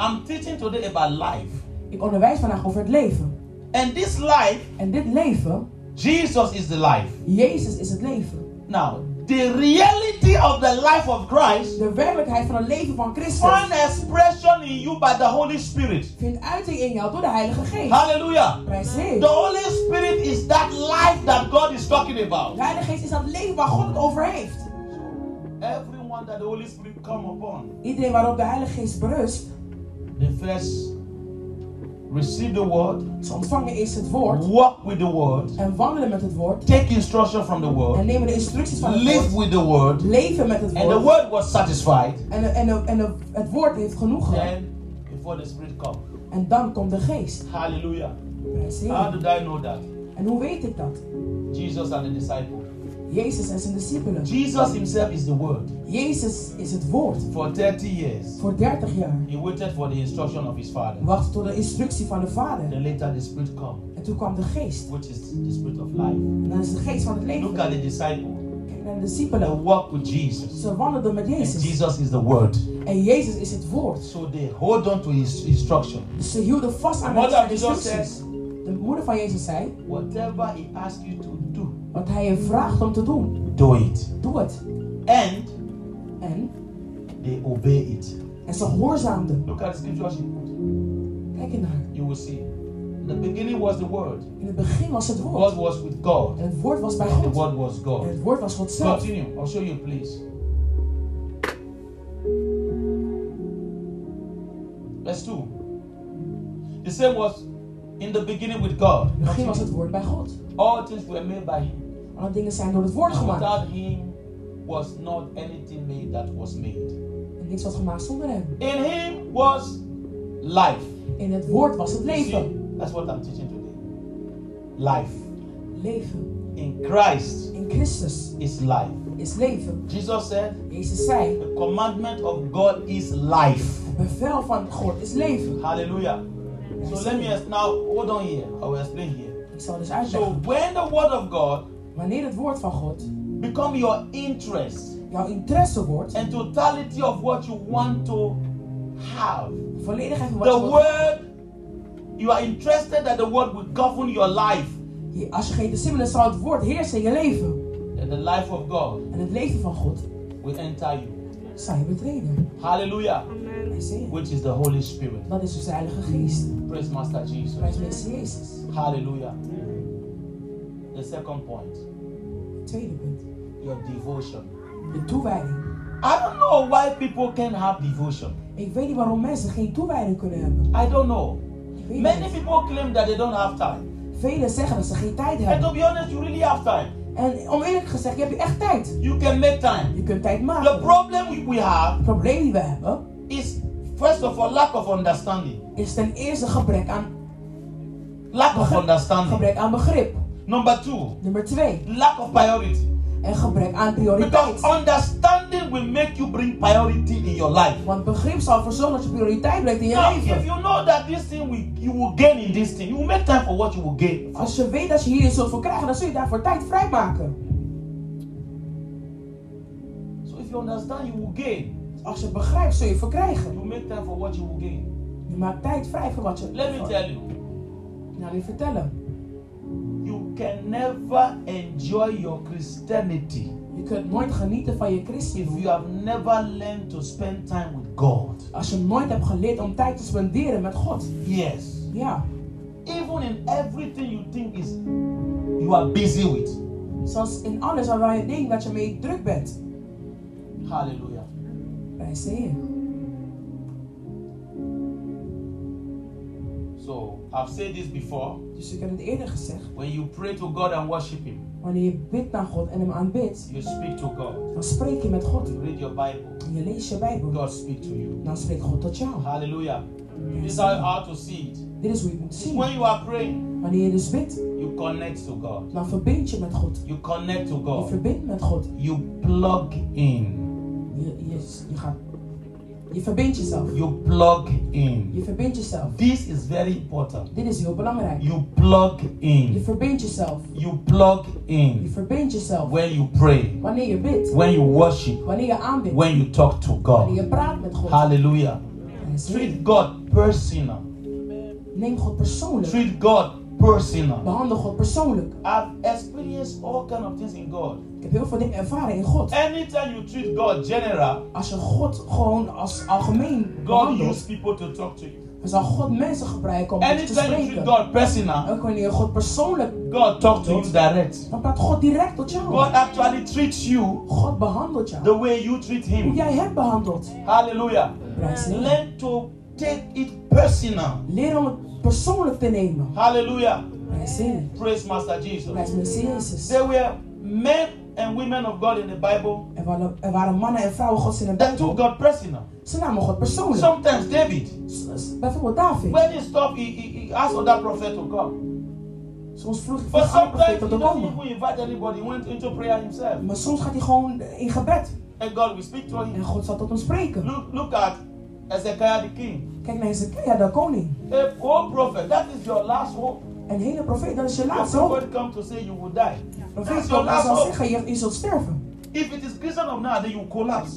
A: I'm teaching today about life.
B: Ik onderwijs vandaag over het leven.
A: And this life,
B: En dit leven,
A: Jesus is the life.
B: Jezus is het leven.
A: Now, the reality of the life of Christ
B: De werkelijkheid van het leven van Christus
A: find expression in you by the Holy Spirit.
B: vindt uiting in jou door de Heilige Geest.
A: Hallelujah.
B: Prijs de
A: The
B: Heer.
A: Holy Spirit is that life that God is talking
B: De
A: about.
B: Heilige Geest is dat leven waar God het over heeft.
A: Everyone that the Holy Spirit come upon,
B: Iedereen waarop de Heilige Geest berust,
A: they first receive the word,
B: ze ontvangen eerst het woord
A: walk with the word,
B: en wandelen met het woord
A: take instruction from the
B: en
A: word,
B: nemen de instructies van het
A: live
B: woord,
A: with the word,
B: leven met het
A: and the
B: woord.
A: word was satisfied.
B: En, de- en, de- en de- het woord heeft genoeg gehad.
A: Then, before the Spirit come,
B: En dan komt de Geest.
A: Hallelujah.
B: Prijs de
A: How
B: Heer.
A: did I know that?
B: En hoe weet ik dat?
A: Jesus and the disciple.
B: Jezus en zijn discipelen.
A: Jesus himself is the word.
B: Jezus is het woord.
A: For 30 years,
B: Voor 30 jaar
A: he waited for the instruction of his father.
B: wachtte tot de instructie van de Vader.
A: Then later the Spirit come,
B: En toen kwam de Geest.
A: which is the Spirit of life.
B: En dat is de Geest van het
A: Look
B: leven.
A: at the disciple.
B: Kijk naar
A: They
B: de discipelen.
A: walk with Jesus.
B: Ze wandelden met
A: And
B: Jezus.
A: Jesus is the word.
B: En Jezus is het woord.
A: So they hold on to his instruction.
B: Dus ze hielden vast aan
A: The mother
B: de
A: of Jesus
B: instructies. De moeder van Jezus zei,
A: Whatever he asks you to do,
B: wat hij je vraagt om te doen,
A: do it.
B: doe het.
A: And
B: En,
A: they obey it.
B: en ze gehoorzaamden.
A: Look at the scripture she put.
B: Kijk ernaar.
A: You will see. In the beginning was the word.
B: In het begin was het woord.
A: God was with God.
B: En het woord was bij
A: And the
B: God.
A: word was
B: En
A: God.
B: het woord was God zelf.
A: Continue. I'll show you, please. Verse 2. The same was in the beginning with God.
B: In het begin was het woord bij God.
A: All things were made by him.
B: Alle dingen zijn door het woord
A: And
B: gemaakt.
A: Without him was not anything made that was made.
B: En niks was gemaakt zonder hem.
A: In him was life,
B: In het woord was het
A: You
B: leven.
A: see, that's what I'm teaching today. Life.
B: Leven.
A: In Christ
B: In Christus
A: is life.
B: is leven.
A: Jesus said,
B: Jezus zei,
A: the commandment of God is life.
B: het bevel van God is leven.
A: Hallelujah. So let me ex- now hold on here. I will explain here.
B: Ik zal dus
A: So
B: uitleggen.
A: when the word of God
B: Wanneer het woord van God
A: become your interest
B: jouw interesse wordt,
A: and totality of what you want to have,
B: volledig even wat
A: the
B: je wilt-
A: word you are interested that the word will govern your life
B: Je- Als je geïnteresseerd bent, dan zal het woord heersen in je leven.
A: and the life of God
B: En het leven van God
A: will enter you.
B: zal je betreden.
A: Hallelujah.
B: En zegen.
A: Which is the Holy Spirit.
B: Dat is dus de Heilige Geest.
A: Praise Master
B: Prijs
A: Jesus.
B: meester Jezus.
A: Hallelujah. The second point,
B: Tweede punt.
A: your devotion.
B: De toewijding.
A: I don't know why people can have devotion.
B: Ik weet niet waarom mensen geen toewijding kunnen hebben.
A: I don't know.
B: Ik weet
A: Many
B: niet.
A: people claim that they don't have time.
B: Velen zeggen dat ze geen tijd
A: And
B: hebben.
A: to be honest, you really have time.
B: En om eerlijk gezegd, je hebt echt tijd.
A: You can make time.
B: Je kunt tijd
A: The
B: maken.
A: problem we- we have
B: Het probleem die we hebben,
A: is, first of all, lack of understanding.
B: is ten eerste gebrek aan,
A: Lack of understanding.
B: gebrek aan begrip.
A: Number two,
B: Nummer twee.
A: lack of priority.
B: En gebrek aan
A: Because
B: prioriteit.
A: understanding will make you bring priority in your life.
B: Want begrip zal ervoor zorgen dat je prioriteit blijft in je
A: Now,
B: leven.
A: if you know that this thing we, you will gain in this thing, you will make time for what you will gain.
B: Als je weet dat je hierin zult voor krijgen, dan zul je daarvoor tijd vrijmaken.
A: So if you understand, you will gain.
B: Als je het begrijpt, zul je voor
A: You
B: krijgen.
A: will make time for what you will gain.
B: Je maakt tijd vrij voor wat je.
A: Let me tell you,
B: Nou, je vertellen.
A: you can never enjoy your Christianity
B: Je kunt nooit genieten van je
A: if
B: christen.
A: you have never learned to spend time with God.
B: Als je nooit hebt geleerd om tijd te spenderen met God.
A: Yes.
B: Ja.
A: Even in everything you think is you are busy with.
B: Zoals in alles waar je denkt dat je mee druk bent.
A: Hallelujah.
B: Wij zeggen.
A: So I've said this before.
B: Dus ik heb het eerder gezegd.
A: When you pray to God and worship Him,
B: Wanneer je bidt naar God en hem aanbidt,
A: you speak to God.
B: dan spreek je met God.
A: You read your Bible.
B: En je leest je Bijbel.
A: God speak to you.
B: Dan spreekt God tot jou.
A: Hallelujah. This is how, how to see it.
B: Dit is hoe je het moet
A: It's
B: zien.
A: when you are praying,
B: Wanneer je dus bidt,
A: you connect to God.
B: dan verbind je met God.
A: You connect to
B: Je
A: God.
B: verbindt met God.
A: You plug in.
B: Je, je, je gaat. Je verbindt jezelf.
A: You plug in.
B: Je verbindt jezelf.
A: This is very important.
B: Dit is heel belangrijk.
A: You plug
B: Je
A: in.
B: verbindt jezelf.
A: You plug
B: Je
A: in
B: verbindt jezelf.
A: when you pray,
B: Wanneer je bidt.
A: when you worship,
B: Wanneer je aanbidt.
A: when you talk to
B: Wanneer
A: God.
B: je praat met God.
A: Hallelujah.
B: En zeg,
A: Treat God personal.
B: Neem God persoonlijk.
A: Treat God personal.
B: Behandel God persoonlijk.
A: I've experienced all kind of things in God.
B: Ik heb heel veel dingen ervaren in God.
A: Anytime you treat God general,
B: Als je God gewoon als algemeen
A: God
B: behandelt,
A: use people to talk to you.
B: dan zal God mensen gebruiken om met je te
A: Anytime you treat
B: spreken.
A: God personal,
B: Ook wanneer je God persoonlijk,
A: God talk to you direct.
B: dan praat God direct tot jou.
A: God actually treats you
B: God behandelt jou.
A: the way you treat
B: Hoe
A: Him.
B: jij hem behandelt.
A: Hallelujah.
B: Prijs de Heer.
A: Learn to take it personal.
B: Leer om het persoonlijk te nemen.
A: Hallelujah.
B: Prijs de Heer.
A: Praise Master Jesus.
B: Prijs Meester Jezus.
A: There were men and women of God in the Bible
B: Er waren, er waren mannen en vrouwen gods in de
A: that took
B: Bijbel.
A: God personal.
B: Ze namen God persoonlijk.
A: Sometimes David,
B: S- s- Bijvoorbeeld David.
A: when he stopped, he, he, he asked other prophet to come.
B: Soms vroeg hij
A: But
B: voor andere
A: sometimes
B: profeten
A: he
B: te
A: doesn't
B: komen.
A: even invite anybody. He went into prayer himself.
B: Maar soms gaat hij gewoon in gebed.
A: And God will speak to
B: En
A: him.
B: God zal tot hem spreken.
A: Look, look at Ezekiah the king.
B: Kijk naar Hezekiah, de koning.
A: A whole prophet. That is your last hope.
B: Een hele profeet, dat is je
A: A
B: laatste hoop.
A: prophet come to say you will die.
B: Profeet
A: That's
B: komt
A: your
B: en
A: last
B: zal
A: hope.
B: zeggen, je, je zult sterven.
A: If it is Christian of now, then you collapse.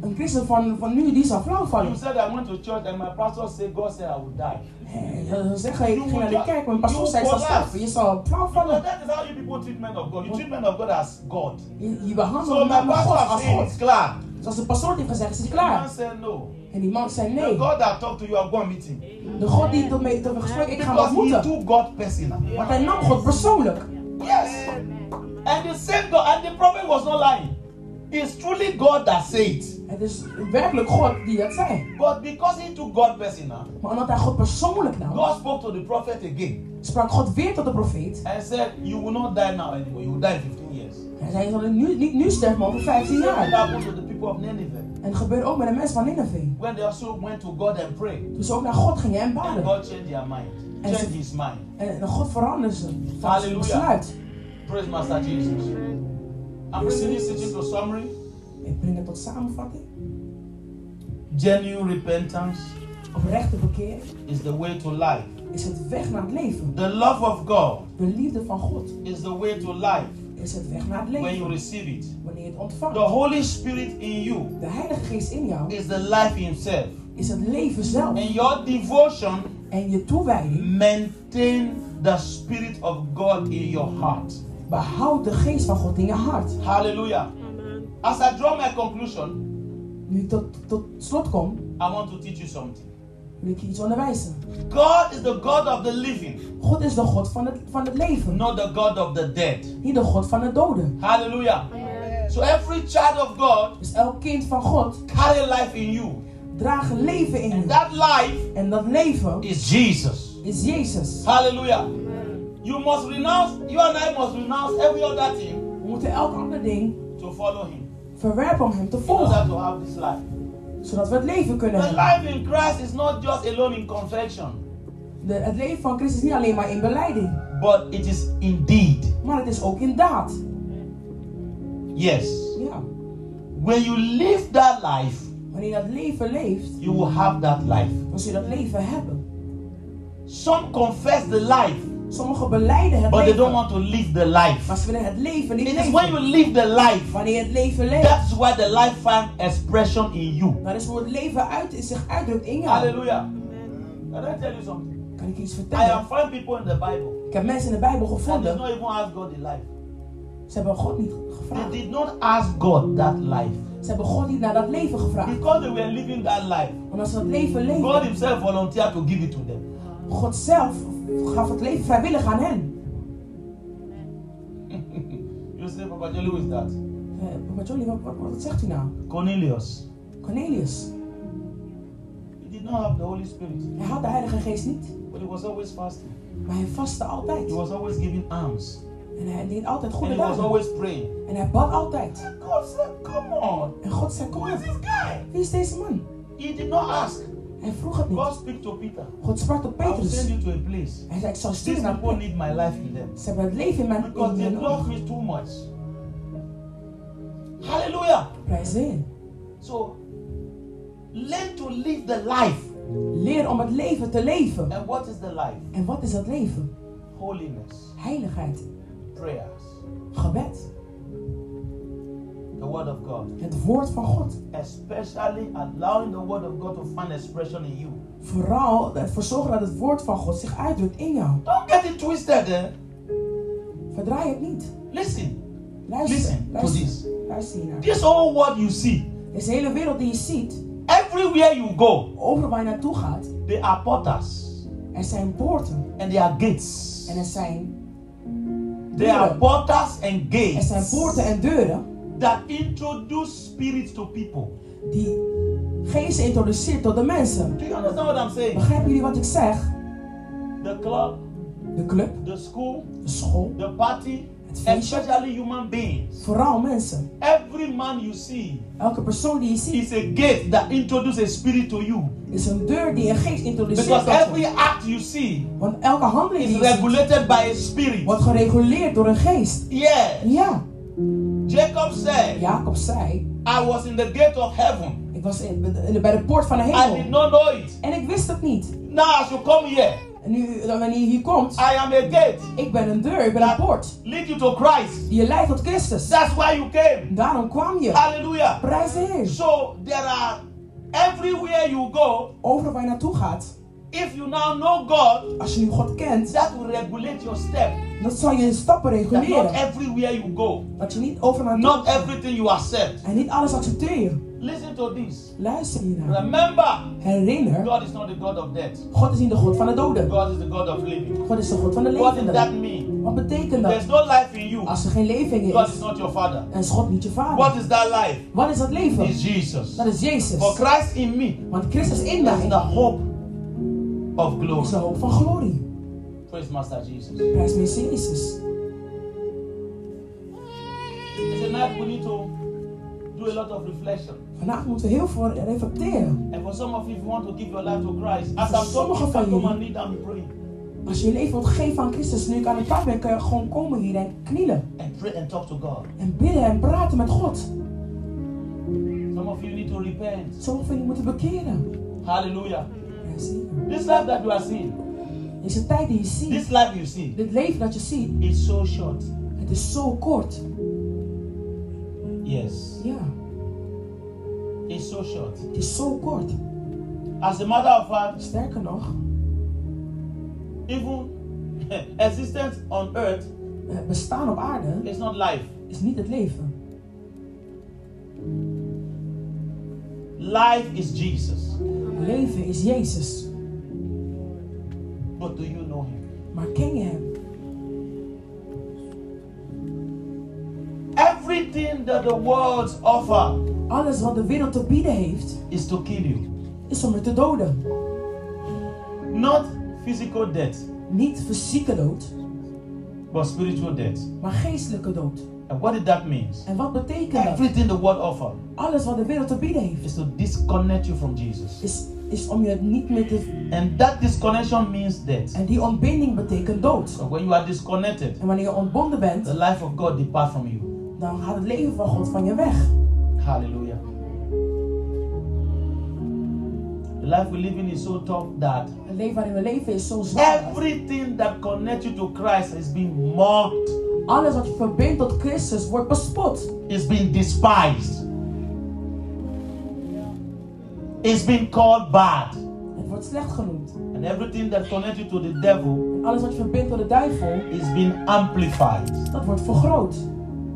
B: Een christen van, van nu, die zal flauw
A: You
B: vallen.
A: said I went to church and my pastor said God said I will die.
B: Hij zal zeggen, ik ging naar de kerk, mijn pastoor zei, je zal sterven. Je zal flauw
A: But
B: vallen.
A: that is how you people treat men of God. You treat men of God as God.
B: Je, je
A: So
B: behandelt
A: my
B: met God
A: pastor
B: als
A: said
B: God.
A: it's clear.
B: Zoals de pastoor heeft gezegd, het is
A: The man
B: klaar.
A: said no.
B: En die man zei,
A: The
B: nee.
A: God that talked to you, I'm going to meet him.
B: De God die tot mij tot me gesproken, ik ga hem
A: Because he
B: ontmoeten.
A: took God personal.
B: Want hij nam God persoonlijk.
A: Yes. And the same God, and the prophet was not lying. It's truly God that said it.
B: Het is werkelijk God die dat zei.
A: But because he took God personal,
B: Maar omdat hij God persoonlijk nam,
A: God spoke to the prophet again
B: sprak God weer tot de profeet.
A: and said, You will not die now anymore. You will die in 15 years.
B: Hij zei, je zal nu, niet nu sterven, maar over 15
A: That
B: jaar.
A: happened to the people of Nineveh.
B: En het gebeurde ook met de mensen van Nineveh.
A: when they also went to God and prayed.
B: Toen ze ook naar God gingen en
A: And
B: baden.
A: God changed their mind,
B: And so-
A: changed his mind.
B: En, en God veranderde ze. Van
A: Halleluja.
B: zijn besluit.
A: Praise Master Jesus. I'm bringing this teaching to summary.
B: Ik breng het tot samenvatting.
A: Genuine repentance
B: Oprechte bekering
A: is the way to life.
B: is het weg naar het leven.
A: The love of God
B: De liefde van God
A: is the way to life
B: is het weg naar het
A: when you
B: leven.
A: receive it.
B: Wanneer je het ontvangt.
A: The Holy Spirit in you
B: De Heilige Geest in jou
A: is the life Himself.
B: is het leven zelf.
A: And your devotion
B: En je toewijding
A: maintain the Spirit of God in your heart.
B: behoudt de Geest van God in je hart.
A: Hallelujah. As I draw my conclusion,
B: Nu ik tot, tot slot kom,
A: I want to teach you something.
B: wil ik je iets onderwijzen.
A: God is the God of the living,
B: God is de God van het, van het leven,
A: not the God of the dead.
B: niet de God van de doden.
A: Hallelujah. So every child of God
B: Dus elk kind van God
A: carry life in you.
B: draagt een leven in
A: And
B: je.
A: that life
B: En dat leven
A: is Jesus.
B: is Jezus.
A: Hallelujah. You must renounce, you and I must renounce every other thing
B: We moeten elk ander ding
A: to follow Him
B: verwerpen om Hem te
A: in order
B: volgen,
A: to have this life.
B: zodat we het leven kunnen
A: The
B: hebben.
A: life in Christ is not just alone in confession,
B: De- het leven van Christus is niet alleen maar in beleiding,
A: but it is indeed.
B: maar het is ook in daad.
A: Yes.
B: Ja.
A: When you live that life,
B: Wanneer je dat leven leeft,
A: you will have that life.
B: dan zul je dat leven hebben.
A: Some confess the life,
B: Sommigen beleiden het
A: but they don't
B: leven,
A: want to live the life.
B: maar ze willen het leven niet
A: It is when you
B: leven.
A: live the life,
B: Wanneer je het leven leeft,
A: that's where the life finds expression in you.
B: dat is hoe het leven uit, zich uitdrukt in jou.
A: Hallelujah. Can I tell you something?
B: Kan ik je iets
A: I
B: vertellen?
A: have found people in the Bible
B: Ik heb mensen in de Bijbel
A: that did
B: gevonden.
A: not even ask God the life.
B: Ze hebben God niet
A: They
B: gevraagd.
A: did not ask God that life
B: Ze hebben God niet naar dat leven gevraagd.
A: because they were living that life.
B: Omdat ze dat leven
A: God
B: leven.
A: Himself volunteered to give it to them.
B: God zelf gaf het leven vrijwillig aan hen.
A: You say, Papa Jolly, who is that?
B: Eh, maar Johnny, wat, wat, wat zegt u nou?
A: Cornelius.
B: Cornelius,
A: He did not have the Holy Spirit,
B: hij had de Heilige Geest niet.
A: but he was always fasting.
B: Maar hij vastte altijd.
A: He was always giving alms.
B: En hij deed altijd
A: And
B: goede
A: he was
B: daden.
A: always praying.
B: En hij bad altijd.
A: God said, Come on.
B: En God zei, kom
A: Who is
B: op.
A: this guy?
B: Wie is deze man?
A: He did not ask.
B: Hij vroeg het niet.
A: God speak to Peter.
B: God sprak tot
A: I will
B: Petrus.
A: send you to a place.
B: Hij zei, ik zal
A: These
B: sturen naar
A: people
B: plek.
A: need my life in them
B: Ze hebben het leven in mijn
A: because they
B: in mijn
A: love
B: ogen.
A: me too much. Hallelujah.
B: Prijs de Heer.
A: So learn to live the life.
B: Leer om het leven te leven.
A: And what is the life?
B: En wat is dat leven?
A: Holiness,
B: Heiligheid,
A: prayers,
B: gebed,
A: the Word of God.
B: het woord van God.
A: Especially allowing the Word of God to find expression in you.
B: Vooral ervoor zorgen dat het woord van God zich uitdrukt in jou.
A: Don't get it twisted. Eh?
B: Verdraai het niet.
A: Listen,
B: Luister,
A: listen to
B: luister,
A: this.
B: luister hiernaar.
A: This whole world you see,
B: Deze hele wereld die je ziet,
A: everywhere you go,
B: overal waar je naartoe gaat,
A: there are porters
B: er zijn poorten
A: and there are gates.
B: en er zijn,
A: There are porters and
B: er
A: gates
B: zijn poorten en deuren
A: that introduce spirits to people.
B: die geesten introduceert tot de mensen.
A: Do you understand what I'm saying?
B: Begrijpen jullie wat ik zeg?
A: The club,
B: De club,
A: the school,
B: de school,
A: the party,
B: het feestje.
A: especially human beings.
B: Vooral mensen.
A: Every man you see
B: Elke persoon die je ziet
A: is a gate that introduces a spirit to you.
B: is een deur die een geest introduceert.
A: Because
B: tot
A: every
B: je.
A: act you see
B: Want elke handeling
A: is
B: die je ziet,
A: regulated by a spirit.
B: wordt gereguleerd door een geest.
A: Yeah.
B: Ja,
A: Jacob said,
B: Jacob zei,
A: I was in the gate of heaven.
B: ik was in, in- bij de poort van de
A: I did
B: hemel.
A: not know it.
B: En ik wist het niet.
A: Now I should come here.
B: En nu, dan wanneer je hier komt,
A: I am a gate.
B: ik ben een deur, ik ben een poort.
A: Lead you to Christ.
B: Die je leidt tot Christus.
A: That's why you came.
B: Daarom kwam je.
A: Hallelujah.
B: Prijs de Heer.
A: So there are everywhere you go,
B: Overal waar je naartoe gaat,
A: if you now know God,
B: als je nu God kent,
A: that will regulate your step.
B: dat zal je stappen
A: That not
B: reguleren.
A: everywhere you go,
B: Dat je niet overal naartoe
A: not everything you accept.
B: en niet alles accepteert.
A: Listen to this.
B: Luister hiernaar.
A: Remember,
B: Herinner,
A: God is not the God of death.
B: God is niet de God van de doden.
A: God is the God of living.
B: God is de God van de
A: What does that
B: levenden.
A: mean?
B: Wat betekent dat?
A: There's no life in you.
B: Als er geen leven in je
A: God is
B: is,
A: not your father.
B: dan is God niet je vader.
A: What is that life?
B: Wat is dat leven?
A: It's Jesus.
B: Dat is
A: For
B: Jezus.
A: Christ in me
B: Want Christus in
A: is
B: mij
A: the hope of
B: is de
A: glory.
B: hoop van glorie.
A: Praise Master Jesus.
B: Prijs meest Jezus.
A: It's a night we need to do do a lot of reflection.
B: Vandaag moeten we heel veel reflecteren.
A: And for some of you, if you want to give your life to Christ, as
B: For
A: I'm
B: some
A: talking, you
B: of
A: can
B: you-
A: come and kneel down and pray
B: Als je je leven wilt geven aan Christus, nu ik aan de trap ben, kun je gewoon komen hier en knielen.
A: and pray and talk to God.
B: En bidden en praten met God.
A: Some of you need to repent.
B: Sommigen van jullie moeten bekeren.
A: Hallelujah.
B: Ja, zie je.
A: This life that you are seeing,
B: Deze tijd die je ziet,
A: this life you see,
B: dit leven dat je ziet,
A: is so short.
B: het is zo kort.
A: Yes,
B: Ja,
A: it's so short.
B: het is zo kort.
A: As a matter of fact,
B: Sterker nog,
A: even existence on earth
B: eh, bestaan op aarde
A: is not life.
B: is niet het leven.
A: Life is Jesus.
B: Leven is Jezus.
A: But do you know him?
B: Maar ken je hem?
A: Everything that the world offer
B: Alles wat de wereld te bieden heeft,
A: is to kill you.
B: is om je te doden.
A: Not physical death,
B: Niet fysieke dood,
A: but spiritual death.
B: maar geestelijke dood.
A: And what did that mean?
B: En wat betekent dat?
A: Everything the world offer
B: Alles wat de wereld te bieden heeft,
A: is to disconnect you from Jesus.
B: is, is om je niet meer te...
A: And that disconnection means death.
B: En die ontbinding betekent dood.
A: So when you are disconnected,
B: En wanneer je ontbonden bent,
A: the life of God depart from you.
B: dan gaat het leven van God van je weg.
A: Hallelujah. The life we live in is so tough that
B: Het leven waarin we leven is zo zwaar.
A: everything that connects you to Christ is being mocked,
B: Alles wat je verbindt tot Christus wordt bespot.
A: is being despised, it's being called bad.
B: Het wordt slecht genoemd.
A: And everything that connects you to the devil
B: En alles wat je verbindt tot de duivel,
A: is being amplified.
B: dat wordt vergroot.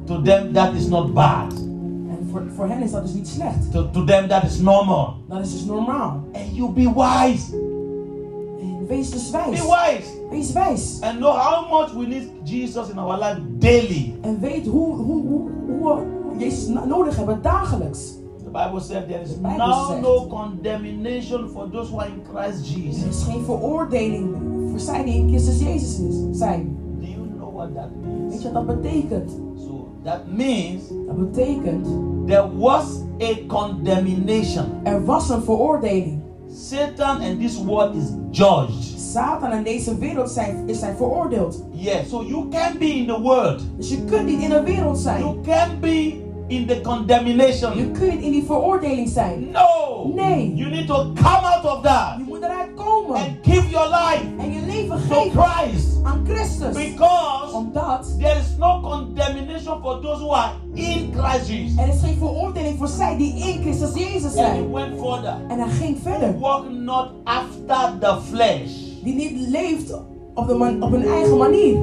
A: To them, that is not bad.
B: En voor, voor hen is dat dus niet slecht.
A: To, to them, that is normal.
B: Dat is dus normaal.
A: And you be wise.
B: En wees dus
A: Be
B: wijs.
A: wise.
B: Wees wijs.
A: and know how much we need Jesus in our life daily.
B: En weet hoe, hoe, hoe, hoe we Jezus no- nodig hebben dagelijks.
A: The Bible said there is
B: The Bible
A: now
B: said-
A: no condemnation for those who are in Christ
B: Er
A: Jesus.
B: is geen veroordeling meer voor zij die in Christus Jezus is, zijn.
A: Do you know what that
B: Weet
A: means?
B: je wat dat betekent?
A: So that means
B: Dat betekent,
A: there was a condemnation.
B: er was een veroordeling.
A: Satan and this world is judged.
B: Satan en deze wereld zijn, is zijn veroordeeld.
A: Yes, so you can be in the world.
B: Dus je kunt niet in de wereld zijn.
A: You can be in the
B: Je
A: condemnation.
B: kunt niet in die veroordeling zijn.
A: No!
B: Nee.
A: You need to come out of that
B: Je moet eruit komen
A: and give your life
B: en je leven
A: to
B: geven
A: Christ.
B: aan Christus.
A: Because
B: Omdat
A: There is no condemnation for those who are in Christ Jesus.
B: er is geen veroordeling voor zij die in Christus Jezus
A: And he
B: zijn.
A: went further.
B: En hij ging verder.
A: Walk not after the flesh.
B: Die niet leeft op, de man, op hun eigen manier.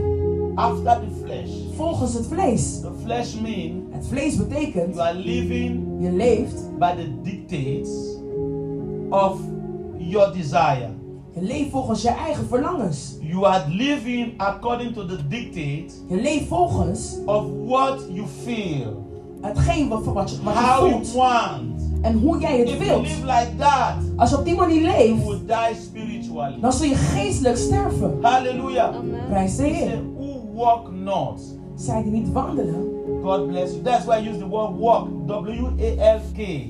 A: After the flesh.
B: Volgens het vlees.
A: The flesh means
B: Het vlees betekent,
A: you are living
B: je leeft.
A: by the dictates of your desire.
B: Je leeft volgens je eigen verlangens.
A: You are living according to the dictate
B: Je leeft volgens
A: of what you feel,
B: hetgeen wat, wat, je, wat je
A: how you
B: voelt.
A: want.
B: En hoe jij
A: If
B: het
A: you
B: wilt.
A: live like that,
B: Als je op die manier
A: you
B: leeft,
A: will die spiritually.
B: dan zul je geestelijk sterven.
A: Hallelujah.
B: Prijs de
A: He said,
B: Heer.
A: Who walk not
B: Zij die niet wandelen.
A: God bless you. That's why I use the word walk. W A L K.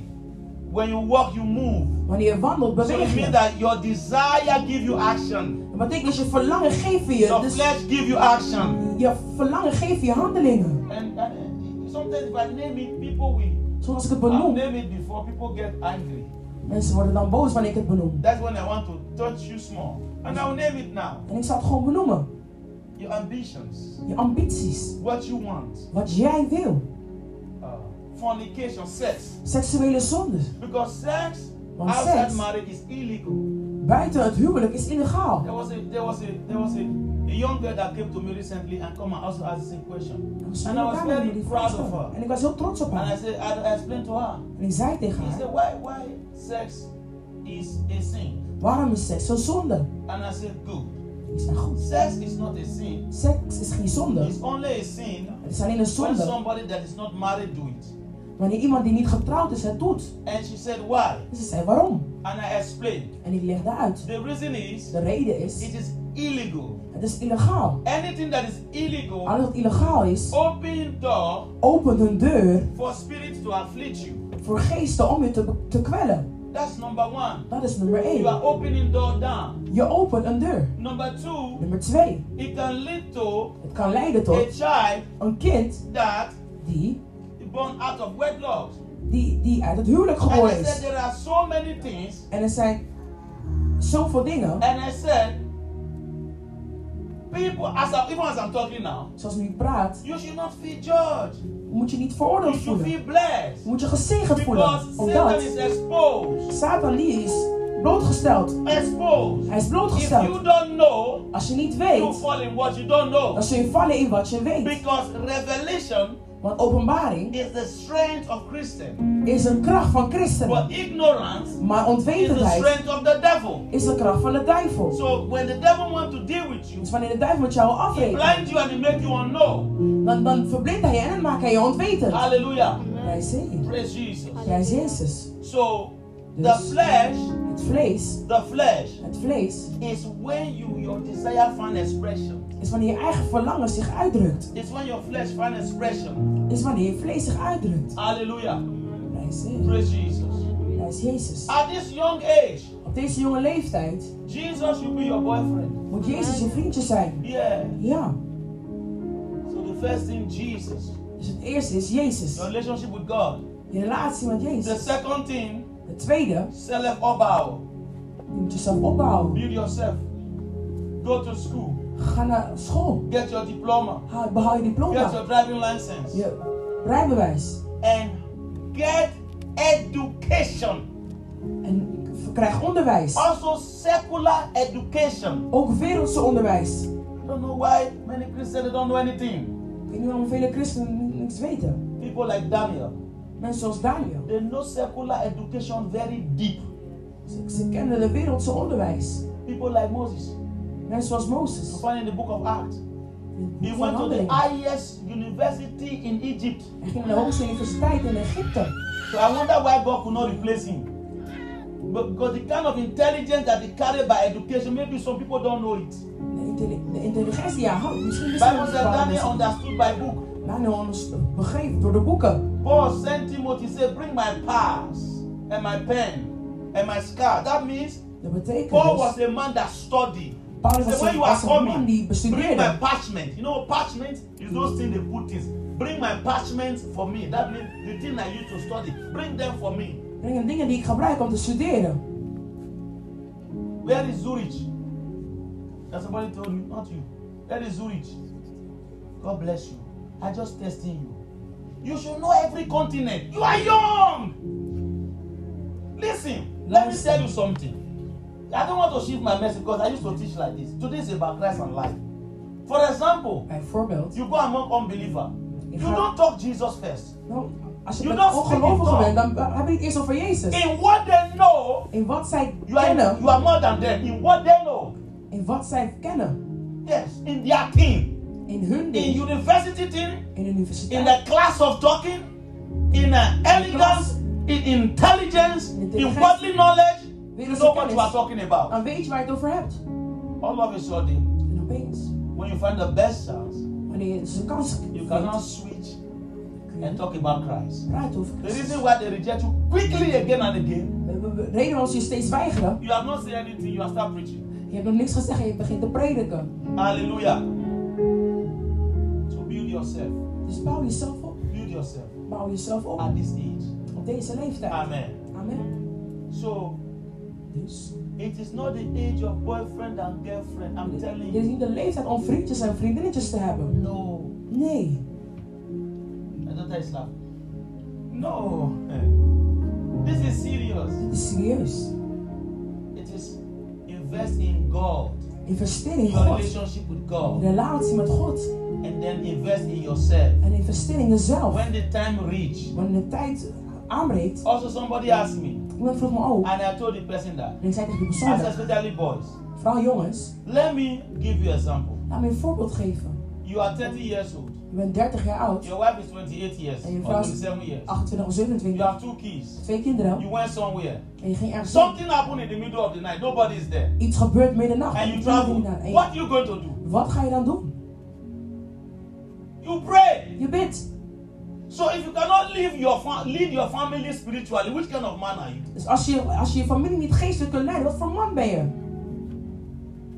A: When you walk, you move.
B: Wanneer je wandelt,
A: So it
B: beweeg
A: means
B: je.
A: that your desire give you action.
B: Dat betekent dat je verlangen geeft je.
A: Your
B: Dus
A: flesh give you action.
B: je verlangen geeft je handelingen.
A: And, and sometimes if I name it, people will.
B: Zoals ik het
A: I
B: benoem.
A: name it before people get angry.
B: Mensen worden dan boos wanneer ik het benoem.
A: That's when I want to touch you small. And I'll name it now.
B: En ik zal het gewoon benoemen.
A: Your ambitions,
B: Je ambities.
A: what you want,
B: Wat jij wil.
A: uh, fornication, sex.
B: Seksuele zonden.
A: Because sex
B: Want
A: outside
B: sex-
A: marriage is illegal.
B: Buiten het huwelijk is illegaal.
A: There was a there was a there was a, a young girl that came to me recently and come and also asked the same question.
B: En ze
A: And I
B: wil
A: was
B: elkaar
A: very
B: met die
A: proud
B: vrouw.
A: of her.
B: En ik was heel trots op
A: And I
B: haar.
A: said I, I explained to her.
B: En ik zei tegen
A: She said
B: haar,
A: why why sex is a sin.
B: waarom is seks zo'n zonde?
A: And I said good.
B: Ik zei, goed,
A: Sex is not a sin.
B: seks is geen zonde.
A: It's only a sin
B: Het is alleen een
A: when
B: zonde
A: somebody that is not married do it.
B: wanneer iemand die niet getrouwd is het doet.
A: And she said why?
B: Dus ze zei, waarom?
A: and I explained.
B: En ik legde uit.
A: The reason is
B: De reden
A: it
B: is,
A: is illegal.
B: het is illegaal.
A: Anything that is illegal
B: Alles wat illegaal is,
A: open door
B: opent een deur
A: for spirits to afflict you.
B: voor geesten om je te, te kwellen.
A: That's number one.
B: Dat is nummer
A: You are
B: 1.
A: opening door down.
B: Je opent een deur.
A: Number two,
B: Nummer 2.
A: it can lead to
B: Het kan leiden
A: a
B: tot
A: child
B: een kind
A: that
B: die,
A: is born out of wedlock.
B: die, die uit het huwelijk
A: And
B: geboren
A: I said
B: is.
A: there are so many things.
B: En er zijn zoveel dingen,
A: And I said, people, as I, even as I'm talking now,
B: zoals nu ik praat,
A: you should not feel judged.
B: moet je niet
A: You
B: veroordeeld
A: should
B: voelen.
A: feel
B: Je
A: blessed.
B: moet je gezegend
A: Because
B: voelen.
A: Satan
B: Omdat
A: is exposed.
B: Satan die is blootgesteld.
A: Exposed.
B: Hij is
A: If you
B: blootgesteld.
A: don't know,
B: Als je niet
A: you
B: weet,
A: fall in what you don't
B: dan
A: know.
B: zul je vallen in wat je weet.
A: Because revelation
B: Want openbaring
A: is the strength of Christian.
B: is een kracht van christenen.
A: But ignorance
B: Maar
A: is the
B: onwetendheid
A: strength of the devil.
B: is een kracht van de duivel.
A: So when the devil wants to deal with you,
B: Dus wanneer de duivel met jou
A: he
B: afrekent,
A: blinds you and he makes you unknown.
B: dan, dan verblindt hij je en dan maakt hij je ontwetend.
A: Hallelujah.
B: Prijs Jezus.
A: Praise Jesus.
B: Prijs Jezus.
A: So the
B: Dus
A: flesh,
B: het vlees,
A: the flesh
B: het vlees
A: is when you your desire find expression.
B: is wanneer je eigen verlangen zich uitdrukt.
A: It's when your flesh find expression.
B: Is wanneer je vlees zich uitdrukt.
A: Hallelujah.
B: Prijs Jezus.
A: Praise Jesus.
B: Prijs Jezus.
A: At this young age,
B: Op deze jonge leeftijd
A: Jesus should be your boyfriend.
B: moet Jezus je vriendje zijn.
A: Yeah.
B: Ja.
A: So the first thing, Jesus.
B: Dus het eerste is
A: Your
B: Jezus.
A: relationship with God.
B: Je relatie met
A: The
B: Jezus.
A: second thing,
B: Het tweede,
A: self obao.
B: je moet jezelf opbouwen.
A: Build yourself. Go to school.
B: Ga naar school.
A: Get your diploma.
B: Haal- Behaal je
A: Get
B: diploma.
A: your driving license.
B: Je rijbewijs.
A: And get education.
B: En krijg onderwijs.
A: Also secular education.
B: Ook wereldse onderwijs.
A: I don't know why many Christians they don't know anything.
B: Ik weet niet waarom vele christenen ni- niks weten.
A: People like Daniel,
B: Mensen zoals Daniel.
A: they know secular education very deep.
B: Ze, ze kennen de wereldse onderwijs.
A: People like Moses,
B: Mensen zoals
A: you
B: Mozes.
A: find in the book of Acts, he
B: Van
A: went to the
B: Handelingen.
A: highest university in Egypt.
B: Hij ging naar de hoogste universiteit in Egypte.
A: So I wonder why God could not replace him. But- Because the kind of intelligence that they carry by education, maybe some people don't know it.
B: De, intelli- de intelligentie, ja, hou- misschien is
A: Bible says
B: wel-
A: Daniel understood by book.
B: Daniel ons begreep door de boeken.
A: Paul sent Timothy, said, bring my pass and my pen and my scar. That means
B: Dat betekent
A: Paul
B: dus-
A: was a man that studied.
B: Paulus
A: He
B: was
A: said, when
B: een-
A: you are
B: was een man die
A: coming, bring my
B: bestudeerde.
A: parchment. You know, parchment is those things they put things. Bring my parchment for me. That means the thing I used to study. Bring them for me.
B: Breng hem dingen die ik gebruik om te studeren.
A: Where is Zurich? That's somebody told me, not you. Where is Zurich? God bless you. I just testing you. You should know every continent. You are young. Listen, let me tell you something. I don't want to shift my message because I used to teach like this. Today is about Christ and life. For example,
B: Bijvoorbeeld.
A: you go among unbeliever. You
B: Yeah.
A: don't talk Jesus first.
B: Nou, als je
A: You
B: met
A: don't speak in
B: ongelovigen
A: tongues.
B: bent, dan eh, heb je het eerst over Jezus.
A: In what they know,
B: In wat zij
A: you are,
B: kennen.
A: you are more than them. In what they know,
B: In wat zij kennen.
A: yes, in their thing.
B: In hun
A: in
B: ding.
A: university thing,
B: In de
A: in
B: universiteit.
A: the class of talking, in uh, elegance, in intelligence, in worldly knowledge, you know what you are talking about.
B: Dan weet je waar je het over hebt.
A: All of a sudden,
B: En opeens,
A: when you find the best chance,
B: wanneer je dus een kans
A: you
B: vindt,
A: cannot switch
B: kun
A: and
B: je
A: talk about Christ.
B: praten over
A: The reason
B: Christus.
A: why they reject you quickly again and again,
B: De- de- de reden waarom ze je steeds weigeren,
A: you have not said anything, you have started preaching.
B: je hebt nog niks gezegd en je begint te prediken.
A: Hallelujah. So build yourself.
B: Dus bouw jezelf op.
A: Build yourself
B: Bouw jezelf op
A: at this age.
B: op deze leeftijd.
A: Amen.
B: Amen.
A: So
B: Dus,
A: It is not the age of boyfriend and girlfriend. I'm
B: dit
A: telling
B: dit is
A: you.
B: niet de leeftijd om vriendjes en vriendinnetjes te hebben.
A: No.
B: Nee.
A: I don't is love. No. Eh. This is serious.
B: Dit is serieus.
A: It is invest in God,
B: Investeer
A: in
B: in
A: your
B: God.
A: relationship with
B: Je
A: God,
B: relatie met God.
A: and then invest in yourself.
B: En investeer in jezelf.
A: When the time reach,
B: Wanneer de tijd aanbreekt.
A: also somebody asked me,
B: Iemand vroeg me ook.
A: and I told the person that,
B: En ik zei tegen die persoon.
A: as
B: dat-
A: especially boys,
B: Vooral jongens.
A: let me give you example.
B: Laat me een voorbeeld geven.
A: You are 30 years old.
B: Je bent 30 jaar oud.
A: Your wife is 28 years
B: En je
A: or
B: vrouw is
A: 27 years.
B: 28 of
A: You
B: 27.
A: have two kids.
B: Twee kinderen.
A: You went somewhere.
B: En je ging ergens heen.
A: Something happened in the middle of the night. Nobody is there.
B: Iets gebeurt middernacht.
A: And you
B: Niemand
A: travel.
B: naar- en je-
A: What are you going to do?
B: nou, Wat ga je dan doen?
A: You pray.
B: Je bidt.
A: So if you cannot leave your fa- lead your family spiritually, which kind of man are you?
B: Dus als je, als je je familie niet geestelijk kunt leiden, wat voor man ben je?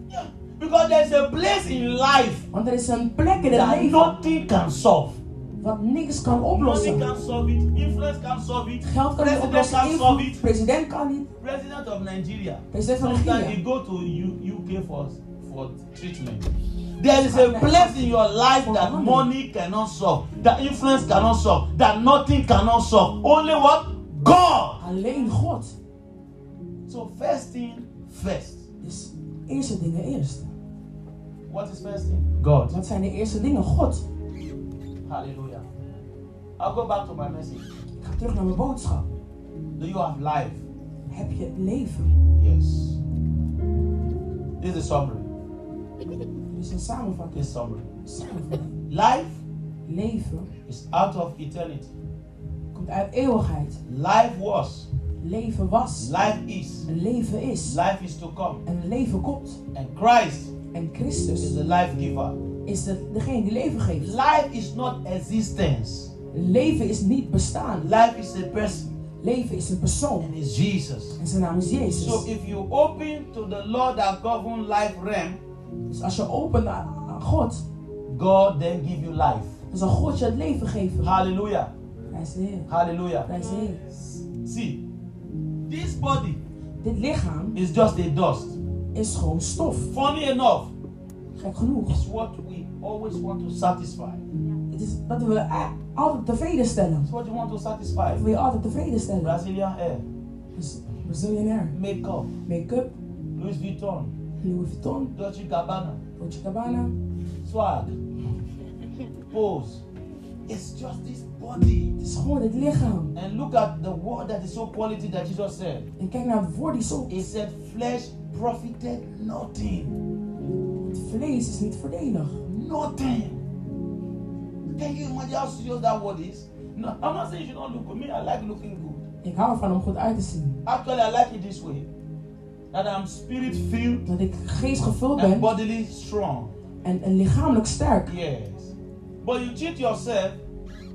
A: Yeah. Because there's a place in life
B: Want er is een plek in het
A: that
B: leven
A: nothing can solve.
B: wat niks kan
A: Money
B: oplossen.
A: can solve it. Influence can solve it.
B: Geld kan niet
A: President
B: oplossen.
A: can solve
B: invloed-
A: it.
B: President kan niet.
A: President of Nigeria.
B: President van
A: Sometimes
B: Nigeria.
A: you go to U- UK for for treatment. There is a place in your life that money cannot solve, that influence cannot solve, that nothing cannot solve. Only what God.
B: Alleen God.
A: So first thing first.
B: Dus eerste dingen eerst.
A: What is first thing? God.
B: Wat zijn de eerste dingen? God.
A: Hallelujah. I'll go back to my message.
B: Ik ga terug naar mijn boodschap.
A: Do you have life?
B: Heb je het leven?
A: Yes. This is summary.
B: Dit is Dus een samenvatting.
A: This summary.
B: Samenvatting.
A: Life
B: Leven
A: is out of eternity.
B: komt uit eeuwigheid.
A: Life was.
B: Leven was.
A: Life is.
B: Een leven is.
A: Life is to come.
B: En een leven komt.
A: And Christ
B: En
A: is
B: Christus
A: the life giver.
B: is de, degene die leven geeft.
A: Life is not existence.
B: Leven is niet bestaan.
A: Life is a person
B: Leven is een persoon.
A: and it's Jesus.
B: En zijn naam is
A: So
B: Jezus.
A: if you open to the Lord that govern life realm,
B: Dus als je opent aan aan God,
A: God then give you life.
B: dan zal God je het leven geven.
A: Hallelujah.
B: Hij is de Heer.
A: Hallelujah.
B: Hij is de Heer.
A: See, this body
B: Dit lichaam
A: is just a dust.
B: is gewoon stof.
A: Funny enough,
B: Gek genoeg.
A: it's what we always want to satisfy.
B: Het is dat we eh, altijd tevreden stellen.
A: It's what you want to satisfy.
B: Dat we je altijd tevreden stellen.
A: Brazilian hair,
B: Dus Brazilian Air.
A: makeup,
B: Make-up.
A: Louis Vuitton,
B: Louis Vuitton.
A: Dolce Gabbana,
B: Dolce Gabbana.
A: swag, pose. It's just this body.
B: Het is gewoon het lichaam.
A: And look at the word that is so quality that Jesus said.
B: En kijk naar het woord die zo...
A: He said, flesh profited nothing.
B: Het vlees is niet voordelig.
A: Nothing. Can you imagine how serious that word is? No, I'm not saying you should not look good. Me, I like looking good.
B: Ik hou ervan om goed uit te zien.
A: Actually, I like it this way. That I'm spirit filled
B: Dat ik geest gevuld
A: and
B: ben
A: bodily strong.
B: en, en lichamelijk sterk.
A: Yes. But you cheat yourself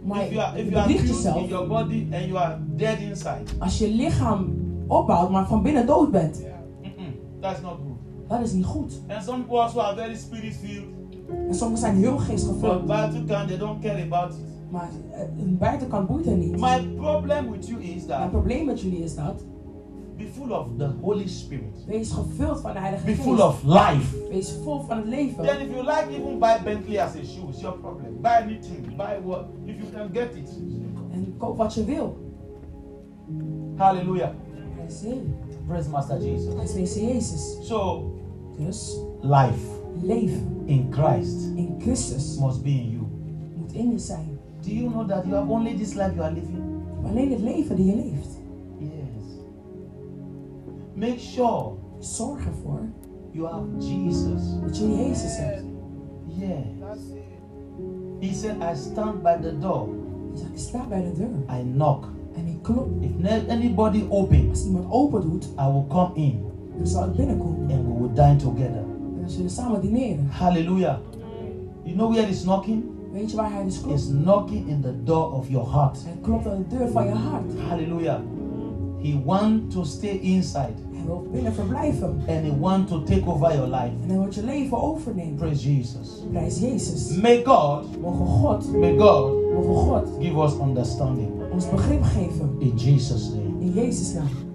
B: Maar
A: if you are
B: je
A: if you are
B: bedriegt
A: filled in
B: jezelf
A: your body and you are dead inside.
B: als je lichaam opbouwt, maar van binnen dood bent.
A: Mm-mm, that's not good.
B: Dat is niet goed.
A: And some people also are very spirit filled,
B: En sommigen zijn heel geestgevuld,
A: but battle can they don't care about it.
B: maar eh, een buitenkant boeit er niet.
A: My problem with you is
B: Mijn
A: that
B: probleem met jullie is dat,
A: be full of the Holy Spirit.
B: wees gevuld van de Heilige
A: Be
B: Geest.
A: full of life.
B: Wees vol van het leven.
A: Then if you like even buy Bentley as a shoe, it's your problem. Buy anything, buy what if you can get it.
B: En koop wat je wil.
A: Hallelujah.
B: Prijs de Heer.
A: Praise Master Jesus.
B: Prijs wees de Jezus.
A: So
B: Dus
A: life
B: leven
A: in Christ
B: in Christus
A: must be in you.
B: moet in je zijn.
A: Do you know that you have only this life you are living?
B: Alleen het leven die je leeft.
A: Yes. Make sure
B: Zorg ervoor
A: you have Jesus.
B: dat je Jezus hebt.
A: Yes. He said, I stand by the door,
B: Hij zegt, ik sta bij de deur
A: I knock.
B: en ik klop.
A: If ne- anybody opens,
B: Als iemand open doet,
A: I will come in
B: dan zal ik binnenkomen.
A: and we will dine together.
B: En we zullen samen dineren.
A: Hallelujah. You know where it's knocking?
B: Weet je waar hij dus
A: It's
B: klopt?
A: knocking in the door of your heart.
B: Hij klopt aan de deur van je hart.
A: Hallelujah. He wants to stay inside
B: Hij wil binnen verblijven.
A: and he wants to take over your life.
B: En hij wil je leven overnemen.
A: Praise Jesus.
B: Prijs Jezus.
A: May God,
B: Mogen God,
A: may God
B: mogen God
A: give us understanding
B: ons begrip geven.
A: in Jesus' name.
B: In Jezus' naam.